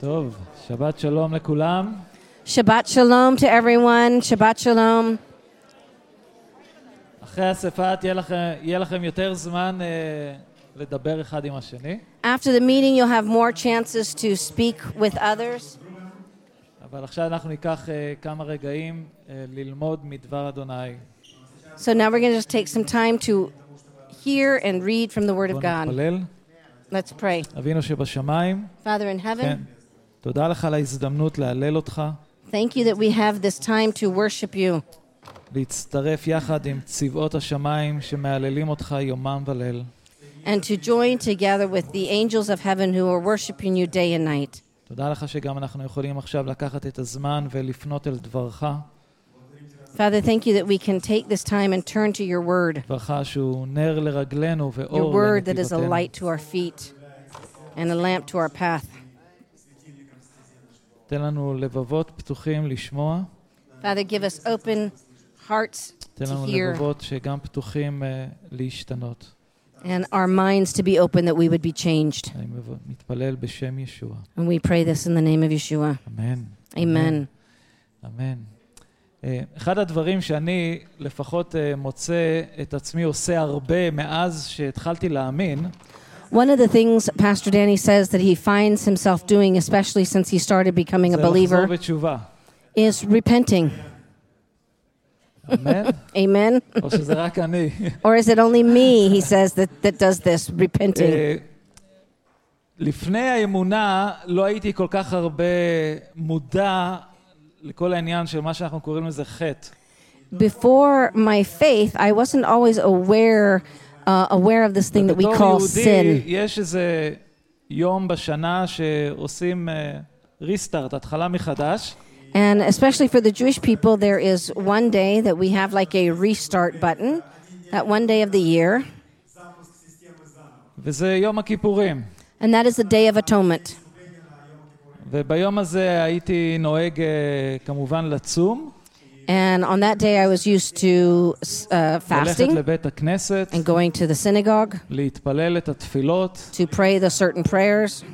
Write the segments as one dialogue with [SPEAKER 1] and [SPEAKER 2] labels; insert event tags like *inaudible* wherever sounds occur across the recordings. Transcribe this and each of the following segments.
[SPEAKER 1] טוב, שבת שלום לכולם.
[SPEAKER 2] Shabbat Shalom to everyone. Shabbat Shalom.
[SPEAKER 1] אחרי האספה תהיה לכם, יהיה לכם יותר זמן אה, לדבר אחד עם השני,
[SPEAKER 2] After the meeting, you'll have more chances to speak with others.
[SPEAKER 1] אבל עכשיו אנחנו ניקח אה, כמה רגעים אה, ללמוד מדבר אדוני.
[SPEAKER 2] So now we're going to just take some time to hear and read from the Word of
[SPEAKER 1] בואו
[SPEAKER 2] God.
[SPEAKER 1] נתפלל.
[SPEAKER 2] Let's pray.
[SPEAKER 1] אבינו שבשמיים,
[SPEAKER 2] Father in
[SPEAKER 1] כן,
[SPEAKER 2] heaven,
[SPEAKER 1] תודה לך על ההזדמנות להלל אותך,
[SPEAKER 2] thank you that we have this time to worship you,
[SPEAKER 1] להצטרף יחד עם צבאות השמיים שמהללים אותך יומם וליל.
[SPEAKER 2] and to join together with the angels of heaven who are worshiping you day and night.
[SPEAKER 1] תודה לך שגם אנחנו יכולים עכשיו לקחת את הזמן ולפנות אל דברך,
[SPEAKER 2] Father, thank you that we can take this time and turn to your Word,
[SPEAKER 1] דברך שהוא נר לרגלינו
[SPEAKER 2] your
[SPEAKER 1] ואור
[SPEAKER 2] Word that is a
[SPEAKER 1] לנתיבותינו.
[SPEAKER 2] light to our feet and a lamp to our path.
[SPEAKER 1] תן לנו לבבות פתוחים לשמוע,
[SPEAKER 2] Father, give us open hearts
[SPEAKER 1] תן
[SPEAKER 2] to
[SPEAKER 1] לנו
[SPEAKER 2] hear
[SPEAKER 1] לבבות שגם פתוחים אה, להשתנות.
[SPEAKER 2] and our minds to be open that we would be changed.
[SPEAKER 1] אני מב- מתפלל בשם ישוע.
[SPEAKER 2] And we pray this in the name of Yeshua.
[SPEAKER 1] אמן.
[SPEAKER 2] Amen.
[SPEAKER 1] אמן. אה, אחד הדברים שאני לפחות אה, מוצא את עצמי עושה הרבה מאז שהתחלתי להאמין,
[SPEAKER 2] One of the things Pastor Danny says that he finds himself doing, especially since he started becoming a
[SPEAKER 1] זה לא לחזור
[SPEAKER 2] believer,
[SPEAKER 1] בתשובה.
[SPEAKER 2] is repenting.
[SPEAKER 1] אמן?
[SPEAKER 2] Amen.
[SPEAKER 1] או שזה רק
[SPEAKER 2] *laughs*
[SPEAKER 1] אני.
[SPEAKER 2] Or is it only me, he says, that, that does this, repenting?
[SPEAKER 1] אה, לפני האמונה לא הייתי כל כך הרבה מודע לכל העניין של מה שאנחנו קוראים לזה חטא.
[SPEAKER 2] Before my faith, I wasn't always aware. Uh, aware of this thing that we
[SPEAKER 1] בתור
[SPEAKER 2] call
[SPEAKER 1] יהודי,
[SPEAKER 2] sin.
[SPEAKER 1] יש איזה יום בשנה שעושים ריסטארט, התחלה מחדש,
[SPEAKER 2] And especially for the Jewish people, there is one day that we have like a restart button, that one day of the year,
[SPEAKER 1] וזה יום הכיפורים.
[SPEAKER 2] and that is the Day of Atonement.
[SPEAKER 1] וביום הזה הייתי נוהג אה, כמובן לצום,
[SPEAKER 2] And on that day, I was used to uh,
[SPEAKER 1] ללכת
[SPEAKER 2] fasting
[SPEAKER 1] לבית הכנסת,
[SPEAKER 2] and going to the synagogue
[SPEAKER 1] להתפלל את התפילות,
[SPEAKER 2] to pray the certain prayers,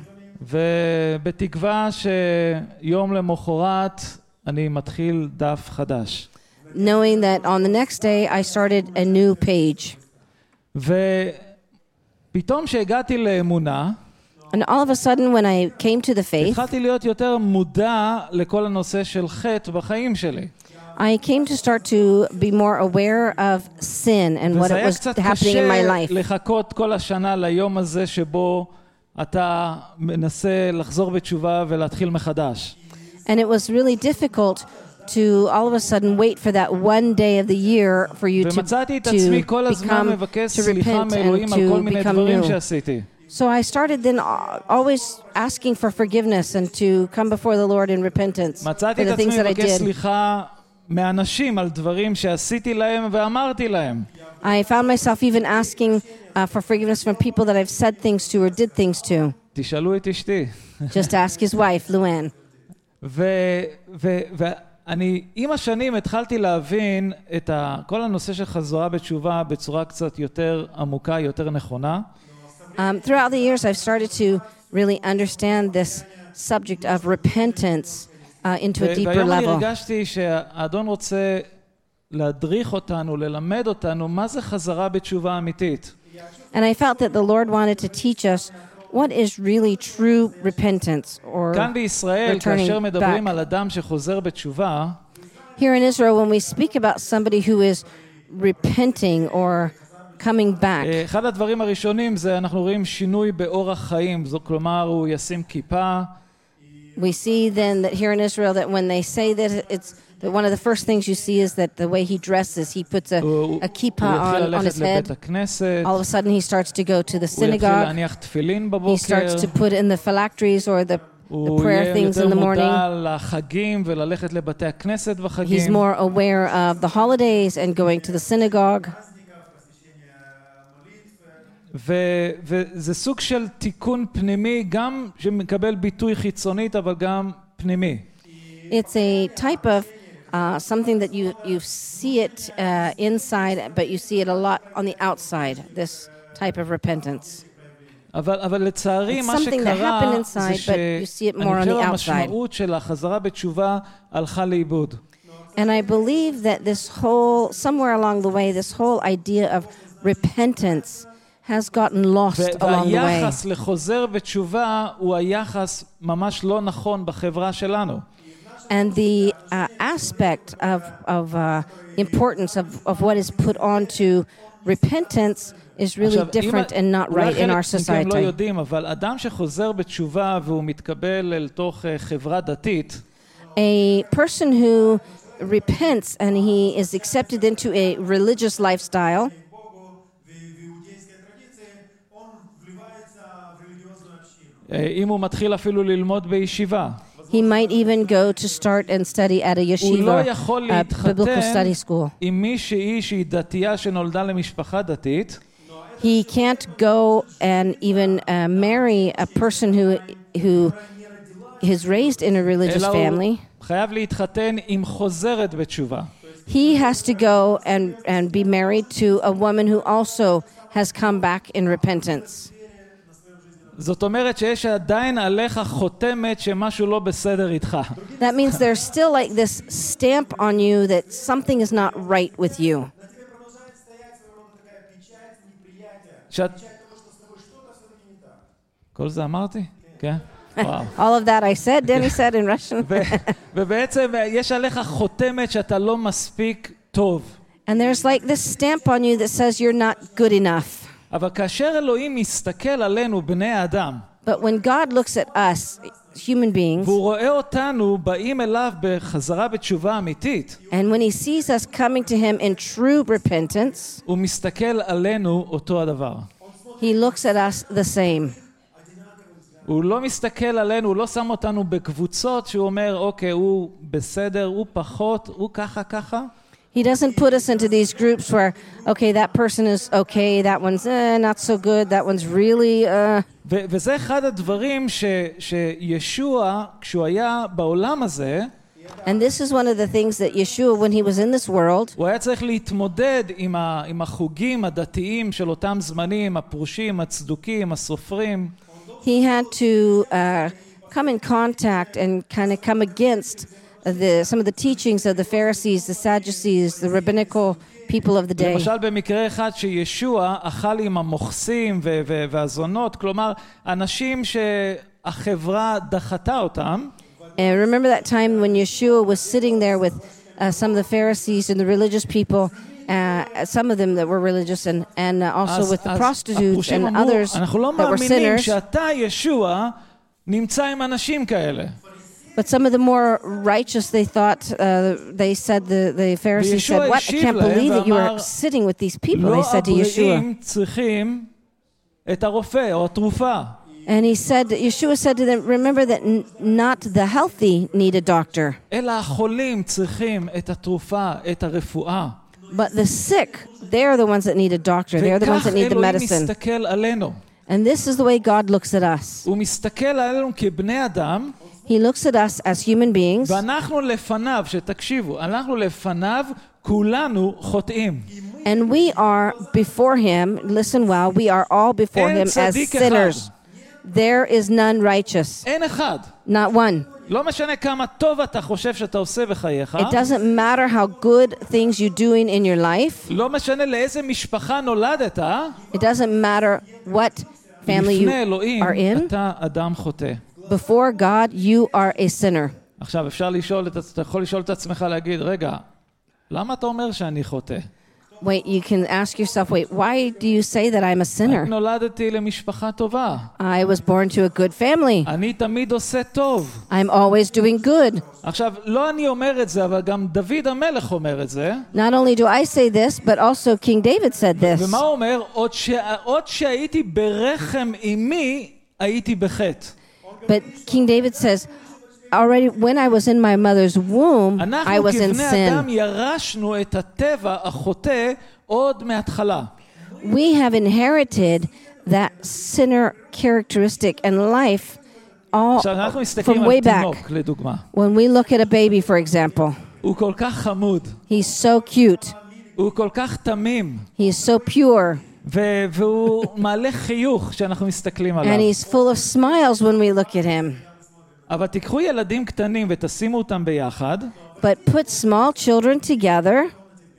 [SPEAKER 1] ובתקווה שיום למחרת אני מתחיל דף חדש.
[SPEAKER 2] knowing that on the next day, I started a new page.
[SPEAKER 1] ופתאום כשהגעתי לאמונה,
[SPEAKER 2] And all of a sudden, when I came to the faith,
[SPEAKER 1] התחלתי להיות יותר מודע לכל הנושא של חטא בחיים שלי.
[SPEAKER 2] I came to start to be more aware of sin and what
[SPEAKER 1] וזה
[SPEAKER 2] it
[SPEAKER 1] היה
[SPEAKER 2] was
[SPEAKER 1] קצת
[SPEAKER 2] happening in my
[SPEAKER 1] קשה
[SPEAKER 2] life.
[SPEAKER 1] לחכות כל השנה ליום הזה שבו אתה מנסה לחזור בתשובה ולהתחיל מחדש.
[SPEAKER 2] And it was really difficult to all of a sudden wait for that one day of the year for you to,
[SPEAKER 1] ומצאתי את
[SPEAKER 2] to
[SPEAKER 1] עצמי כל הזמן
[SPEAKER 2] become,
[SPEAKER 1] מבקש
[SPEAKER 2] to
[SPEAKER 1] סליחה
[SPEAKER 2] repent and
[SPEAKER 1] מאלוהים על כל
[SPEAKER 2] to
[SPEAKER 1] מיני
[SPEAKER 2] become
[SPEAKER 1] דברים
[SPEAKER 2] new.
[SPEAKER 1] שעשיתי.
[SPEAKER 2] So I started then al- always asking for forgiveness and to come before the Lord in repentance for
[SPEAKER 1] מצאתי
[SPEAKER 2] the
[SPEAKER 1] את עצמי
[SPEAKER 2] things that I
[SPEAKER 1] מבקש
[SPEAKER 2] did.
[SPEAKER 1] סליחה מאנשים על דברים שעשיתי להם ואמרתי להם.
[SPEAKER 2] I found myself even asking uh, for forgiveness from people that I've said things to or did things to.
[SPEAKER 1] תשאלו את אשתי.
[SPEAKER 2] Just ask his wife, Luann.
[SPEAKER 1] ואני עם השנים התחלתי להבין את ה, כל הנושא של חזרה בתשובה בצורה קצת יותר עמוקה, יותר נכונה.
[SPEAKER 2] Um, throughout the years, I've started to really understand this subject of repentance uh, into a
[SPEAKER 1] ו-
[SPEAKER 2] deeper
[SPEAKER 1] והיום אני
[SPEAKER 2] level.
[SPEAKER 1] הרגשתי שהאדון רוצה להדריך אותנו, ללמד אותנו מה זה חזרה בתשובה אמיתית.
[SPEAKER 2] And I felt that the Lord wanted to teach us what is really true repentance. Or
[SPEAKER 1] כאן בישראל,
[SPEAKER 2] returning
[SPEAKER 1] כאשר מדברים
[SPEAKER 2] back.
[SPEAKER 1] על אדם שחוזר בתשובה,
[SPEAKER 2] here in Israel, when we speak about somebody who is repenting or coming back,
[SPEAKER 1] אה, אחד הדברים הראשונים זה אנחנו רואים שינוי באורח חיים, זו כלומר הוא ישים כיפה,
[SPEAKER 2] we see then that here in Israel that when they say that it's that one of the first things you see is that the way he dresses, he puts a,
[SPEAKER 1] הוא
[SPEAKER 2] a kippah
[SPEAKER 1] הוא יתחיל
[SPEAKER 2] on, on
[SPEAKER 1] ללכת
[SPEAKER 2] his head.
[SPEAKER 1] לבית הכנסת,
[SPEAKER 2] All of a sudden, he starts to go to the
[SPEAKER 1] הוא יתחיל
[SPEAKER 2] synagogue.
[SPEAKER 1] להניח תפילין
[SPEAKER 2] He
[SPEAKER 1] בבוקר,
[SPEAKER 2] starts to put in the phylacteries or the, the
[SPEAKER 1] הוא
[SPEAKER 2] prayer
[SPEAKER 1] יהיה
[SPEAKER 2] things in
[SPEAKER 1] יותר
[SPEAKER 2] Oh, the morning.
[SPEAKER 1] מודע לחגים וללכת לבתי הכנסת
[SPEAKER 2] He's
[SPEAKER 1] בחגים.
[SPEAKER 2] more aware of the holidays and going to the synagogue.
[SPEAKER 1] ו- וזה סוג של תיקון פנימי, גם שמקבל ביטוי חיצונית, אבל גם פנימי.
[SPEAKER 2] It's a type of uh, something that you, you see it uh, inside, but you see it a lot on the outside, this type of repentance.
[SPEAKER 1] אבל, אבל לצערי,
[SPEAKER 2] It's
[SPEAKER 1] מה
[SPEAKER 2] something that
[SPEAKER 1] שקרה
[SPEAKER 2] happened
[SPEAKER 1] זה
[SPEAKER 2] inside,
[SPEAKER 1] ש-
[SPEAKER 2] but you see it more
[SPEAKER 1] אני
[SPEAKER 2] on
[SPEAKER 1] חושב
[SPEAKER 2] the outside.
[SPEAKER 1] המשמעות של החזרה בתשובה הלכה לאיבוד.
[SPEAKER 2] And I believe that this whole, somewhere along the way, this whole idea of repentance has gotten lost
[SPEAKER 1] ו-
[SPEAKER 2] along the way.
[SPEAKER 1] והיחס לחוזר בתשובה הוא היחס ממש לא נכון בחברה שלנו.
[SPEAKER 2] And the uh, aspect of, of uh, importance of, of what is put onto repentance is really
[SPEAKER 1] עכשיו,
[SPEAKER 2] different
[SPEAKER 1] אם-
[SPEAKER 2] and not right in our
[SPEAKER 1] אולי חלק מכם לא
[SPEAKER 2] society.
[SPEAKER 1] יודעים, אבל אדם שחוזר בתשובה והוא מתקבל אל תוך אה, חברה דתית,
[SPEAKER 2] A person who repents and he is accepted into a religious lifestyle,
[SPEAKER 3] Богу в, в иудейской традиции, он вливается в религиозную общину.
[SPEAKER 1] אה, אם הוא מתחיל אפילו ללמוד בישיבה,
[SPEAKER 2] he might even go to start and study at a
[SPEAKER 1] הוא לא
[SPEAKER 2] yeshiva,
[SPEAKER 1] יכול
[SPEAKER 2] a biblical
[SPEAKER 1] להתחתן
[SPEAKER 2] study school.
[SPEAKER 1] עם מישהי שהיא דתייה שנולדה למשפחה דתית,
[SPEAKER 2] He can't go and even uh, marry a person who who is raised in a religious
[SPEAKER 1] אלא הוא
[SPEAKER 2] family.
[SPEAKER 1] חייב להתחתן עם חוזרת בתשובה.
[SPEAKER 2] He has to go and, and be married to a woman who also has come back in repentance.
[SPEAKER 1] זאת אומרת שיש עדיין עליך חותמת שמשהו לא בסדר איתך.
[SPEAKER 2] That means there's still like this stamp on you that something is not right with you.
[SPEAKER 3] На тебе продолжает стоять своего рода такая печать неприятия.
[SPEAKER 1] שאת...
[SPEAKER 3] Печать того, что с тобой что-то все-таки не так.
[SPEAKER 1] כל זה אמרתי? כן. וואו.
[SPEAKER 2] All of that I said, Danny said in
[SPEAKER 1] *laughs*
[SPEAKER 2] Russian.
[SPEAKER 1] ו- ובעצם אה, יש עליך חותמת שאתה לא מספיק טוב.
[SPEAKER 2] And there's like this stamp on you that says you're not good enough.
[SPEAKER 1] אבל כאשר אלוהים מסתכל עלינו, בני האדם,
[SPEAKER 2] But when God looks at us, human beings,
[SPEAKER 1] והוא רואה אותנו באים אליו בחזרה בתשובה אמיתית,
[SPEAKER 2] And when he sees us coming to him in true repentance,
[SPEAKER 1] הוא מסתכל עלינו אותו הדבר.
[SPEAKER 2] he looks at us the same.
[SPEAKER 1] הוא לא מסתכל עלינו, הוא לא שם אותנו בקבוצות שהוא אומר, אוקיי, הוא בסדר, הוא פחות, הוא ככה ככה.
[SPEAKER 2] He doesn't put us into these groups where, okay, that person is okay, that one's eh, not so good, that one's really. Uh.
[SPEAKER 1] ו- וזה אחד הדברים ש- שישוע, כשהוא היה בעולם הזה,
[SPEAKER 2] And this is one of the things that Yeshua, when he was in this world,
[SPEAKER 1] הוא היה צריך להתמודד עם, ה- עם החוגים הדתיים של אותם זמנים, הפרושים, הצדוקים, הסופרים.
[SPEAKER 2] he had to uh, come in contact and kind of come against the, some of the teachings of the Pharisees, the Sadducees, the rabbinical people of the day.
[SPEAKER 1] למשל במקרה אחד שישוע אכל עם המוכסים ו- ו- והזונות, כלומר, אנשים שהחברה דחתה אותם,
[SPEAKER 2] And remember that time when Yeshua was sitting there with uh, some of the Pharisees and the religious people, uh, some of them that were religious, and, and uh, also with the prostitutes
[SPEAKER 1] הפרושים
[SPEAKER 2] and
[SPEAKER 1] אמרו,
[SPEAKER 2] others
[SPEAKER 1] אנחנו לא
[SPEAKER 2] that were
[SPEAKER 1] מאמינים
[SPEAKER 2] sinners.
[SPEAKER 1] שאתה, ישוע, נמצא עם אנשים כאלה.
[SPEAKER 2] But some of the more righteous, they thought, uh, they said, the, the Pharisees
[SPEAKER 1] וישוע
[SPEAKER 2] said, What? I
[SPEAKER 1] השיב
[SPEAKER 2] can't
[SPEAKER 1] להם
[SPEAKER 2] believe that you are
[SPEAKER 1] ואמר,
[SPEAKER 2] sitting with these people. They
[SPEAKER 1] לא
[SPEAKER 2] said to Yeshua.
[SPEAKER 1] הבריאים צריכים את הרופא או התרופה.
[SPEAKER 2] And he said, Yeshua said to them, Remember that n- not the healthy need a doctor,
[SPEAKER 1] אלא החולים צריכים את התרופה, את הרפואה.
[SPEAKER 2] but the sick, they're the ones that need a doctor. They're the ones
[SPEAKER 1] וכך
[SPEAKER 2] that need the
[SPEAKER 1] אלוהים
[SPEAKER 2] medicine.
[SPEAKER 1] מסתכל עלינו.
[SPEAKER 2] And this is the way God looks at us.
[SPEAKER 1] הוא מסתכל עלינו כבני אדם,
[SPEAKER 2] He looks at us as human beings,
[SPEAKER 1] ואנחנו לפניו, שתקשיבו, אנחנו לפניו כולנו חוטאים.
[SPEAKER 2] and we are before Him. Listen well, we are all before
[SPEAKER 1] אין
[SPEAKER 2] Him as
[SPEAKER 1] צדיק אחד.
[SPEAKER 2] sinners. There is none righteous,
[SPEAKER 1] אין אחד.
[SPEAKER 2] not one.
[SPEAKER 1] לא משנה כמה טוב אתה חושב שאתה עושה בחייך,
[SPEAKER 2] It doesn't matter how good things you're doing in your life,
[SPEAKER 1] לא משנה לאיזה משפחה נולדת, אה?
[SPEAKER 2] it doesn't matter what family
[SPEAKER 1] לפני
[SPEAKER 2] you
[SPEAKER 1] אלוהים
[SPEAKER 2] are in.
[SPEAKER 1] אתה אדם חוטא.
[SPEAKER 2] Before God, you are a sinner.
[SPEAKER 1] עכשיו, אפשר לשאול, את, אתה יכול לשאול את עצמך להגיד, רגע, למה אתה אומר שאני חוטא?
[SPEAKER 2] Wait, you can ask yourself, wait, why do you say that I'm a sinner?
[SPEAKER 1] *laughs* נולדתי למשפחה טובה.
[SPEAKER 2] I was born to a good family.
[SPEAKER 1] אני תמיד עושה טוב.
[SPEAKER 2] I'm always doing good.
[SPEAKER 1] עכשיו, לא אני אומר את זה, אבל גם דוד המלך אומר את זה.
[SPEAKER 2] Not only do I say this, but also King David said this.
[SPEAKER 1] ומה הוא אומר? עוד, ש... עוד שהייתי ברחם אמי, הייתי בחטא.
[SPEAKER 2] But King David says, already when I was in my mother's womb, I
[SPEAKER 1] אנחנו
[SPEAKER 2] was in
[SPEAKER 1] כבני אדם
[SPEAKER 2] sin.
[SPEAKER 1] ירשנו את הטבע החוטא עוד מההתחלה.
[SPEAKER 2] Oh, We have inherited that sinner characteristic and life all
[SPEAKER 1] עכשיו, אנחנו מסתכלים
[SPEAKER 2] oh, from
[SPEAKER 1] על
[SPEAKER 2] way
[SPEAKER 1] תינוק,
[SPEAKER 2] back.
[SPEAKER 1] לדוגמה.
[SPEAKER 2] When we look at a baby, for example,
[SPEAKER 1] הוא כל כך חמוד,
[SPEAKER 2] he's so cute,
[SPEAKER 1] הוא כל כך תמים,
[SPEAKER 2] he's so pure,
[SPEAKER 1] ו- והוא *laughs* מעלה חיוך כשאנחנו מסתכלים עליו.
[SPEAKER 2] and he's full of smiles when we look at him.
[SPEAKER 1] אבל תיקחו ילדים קטנים ותשימו אותם ביחד,
[SPEAKER 2] But put small children together,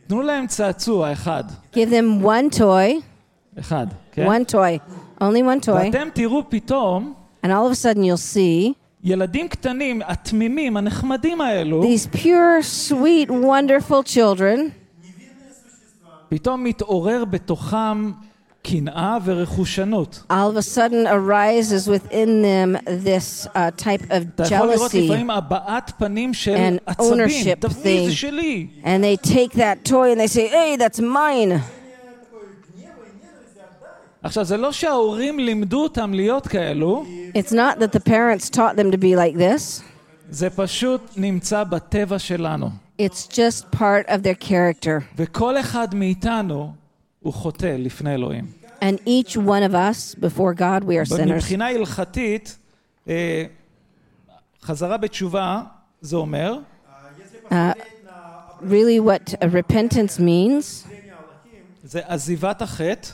[SPEAKER 1] תנו להם צעצוע אחד.
[SPEAKER 2] give them one toy,
[SPEAKER 1] אחד, כן?
[SPEAKER 2] one toy, only one toy,
[SPEAKER 1] ואתם תראו פתאום
[SPEAKER 2] and all of a sudden you'll see
[SPEAKER 1] ילדים קטנים, התמימים, הנחמדים האלו,
[SPEAKER 2] these pure, sweet, wonderful children.
[SPEAKER 1] פתאום מתעורר בתוכם קנאה ורכושנות.
[SPEAKER 2] All of a sudden arises within them this uh, type of
[SPEAKER 1] אתה יכול לראות
[SPEAKER 2] jealousy.
[SPEAKER 1] לפעמים הבעת פנים של
[SPEAKER 2] And
[SPEAKER 1] עצבים.
[SPEAKER 2] ownership
[SPEAKER 1] תביא,
[SPEAKER 2] thing.
[SPEAKER 1] זה שלי.
[SPEAKER 2] And they take that toy and they say, hey, that's mine.
[SPEAKER 1] עכשיו, זה לא שההורים לימדו אותם להיות כאלו,
[SPEAKER 2] It's not that the parents taught them to be like this,
[SPEAKER 1] זה פשוט נמצא בטבע שלנו.
[SPEAKER 2] it's just part of their character.
[SPEAKER 1] וכל אחד מאיתנו הוא חוטא לפני אלוהים.
[SPEAKER 2] And each one of us, before God, we are
[SPEAKER 1] אבל
[SPEAKER 2] sinners.
[SPEAKER 1] מבחינה הלכתית, אה, חזרה בתשובה, זה אומר,
[SPEAKER 2] Really, what uh, repentance means
[SPEAKER 1] זה עזיבת החטא,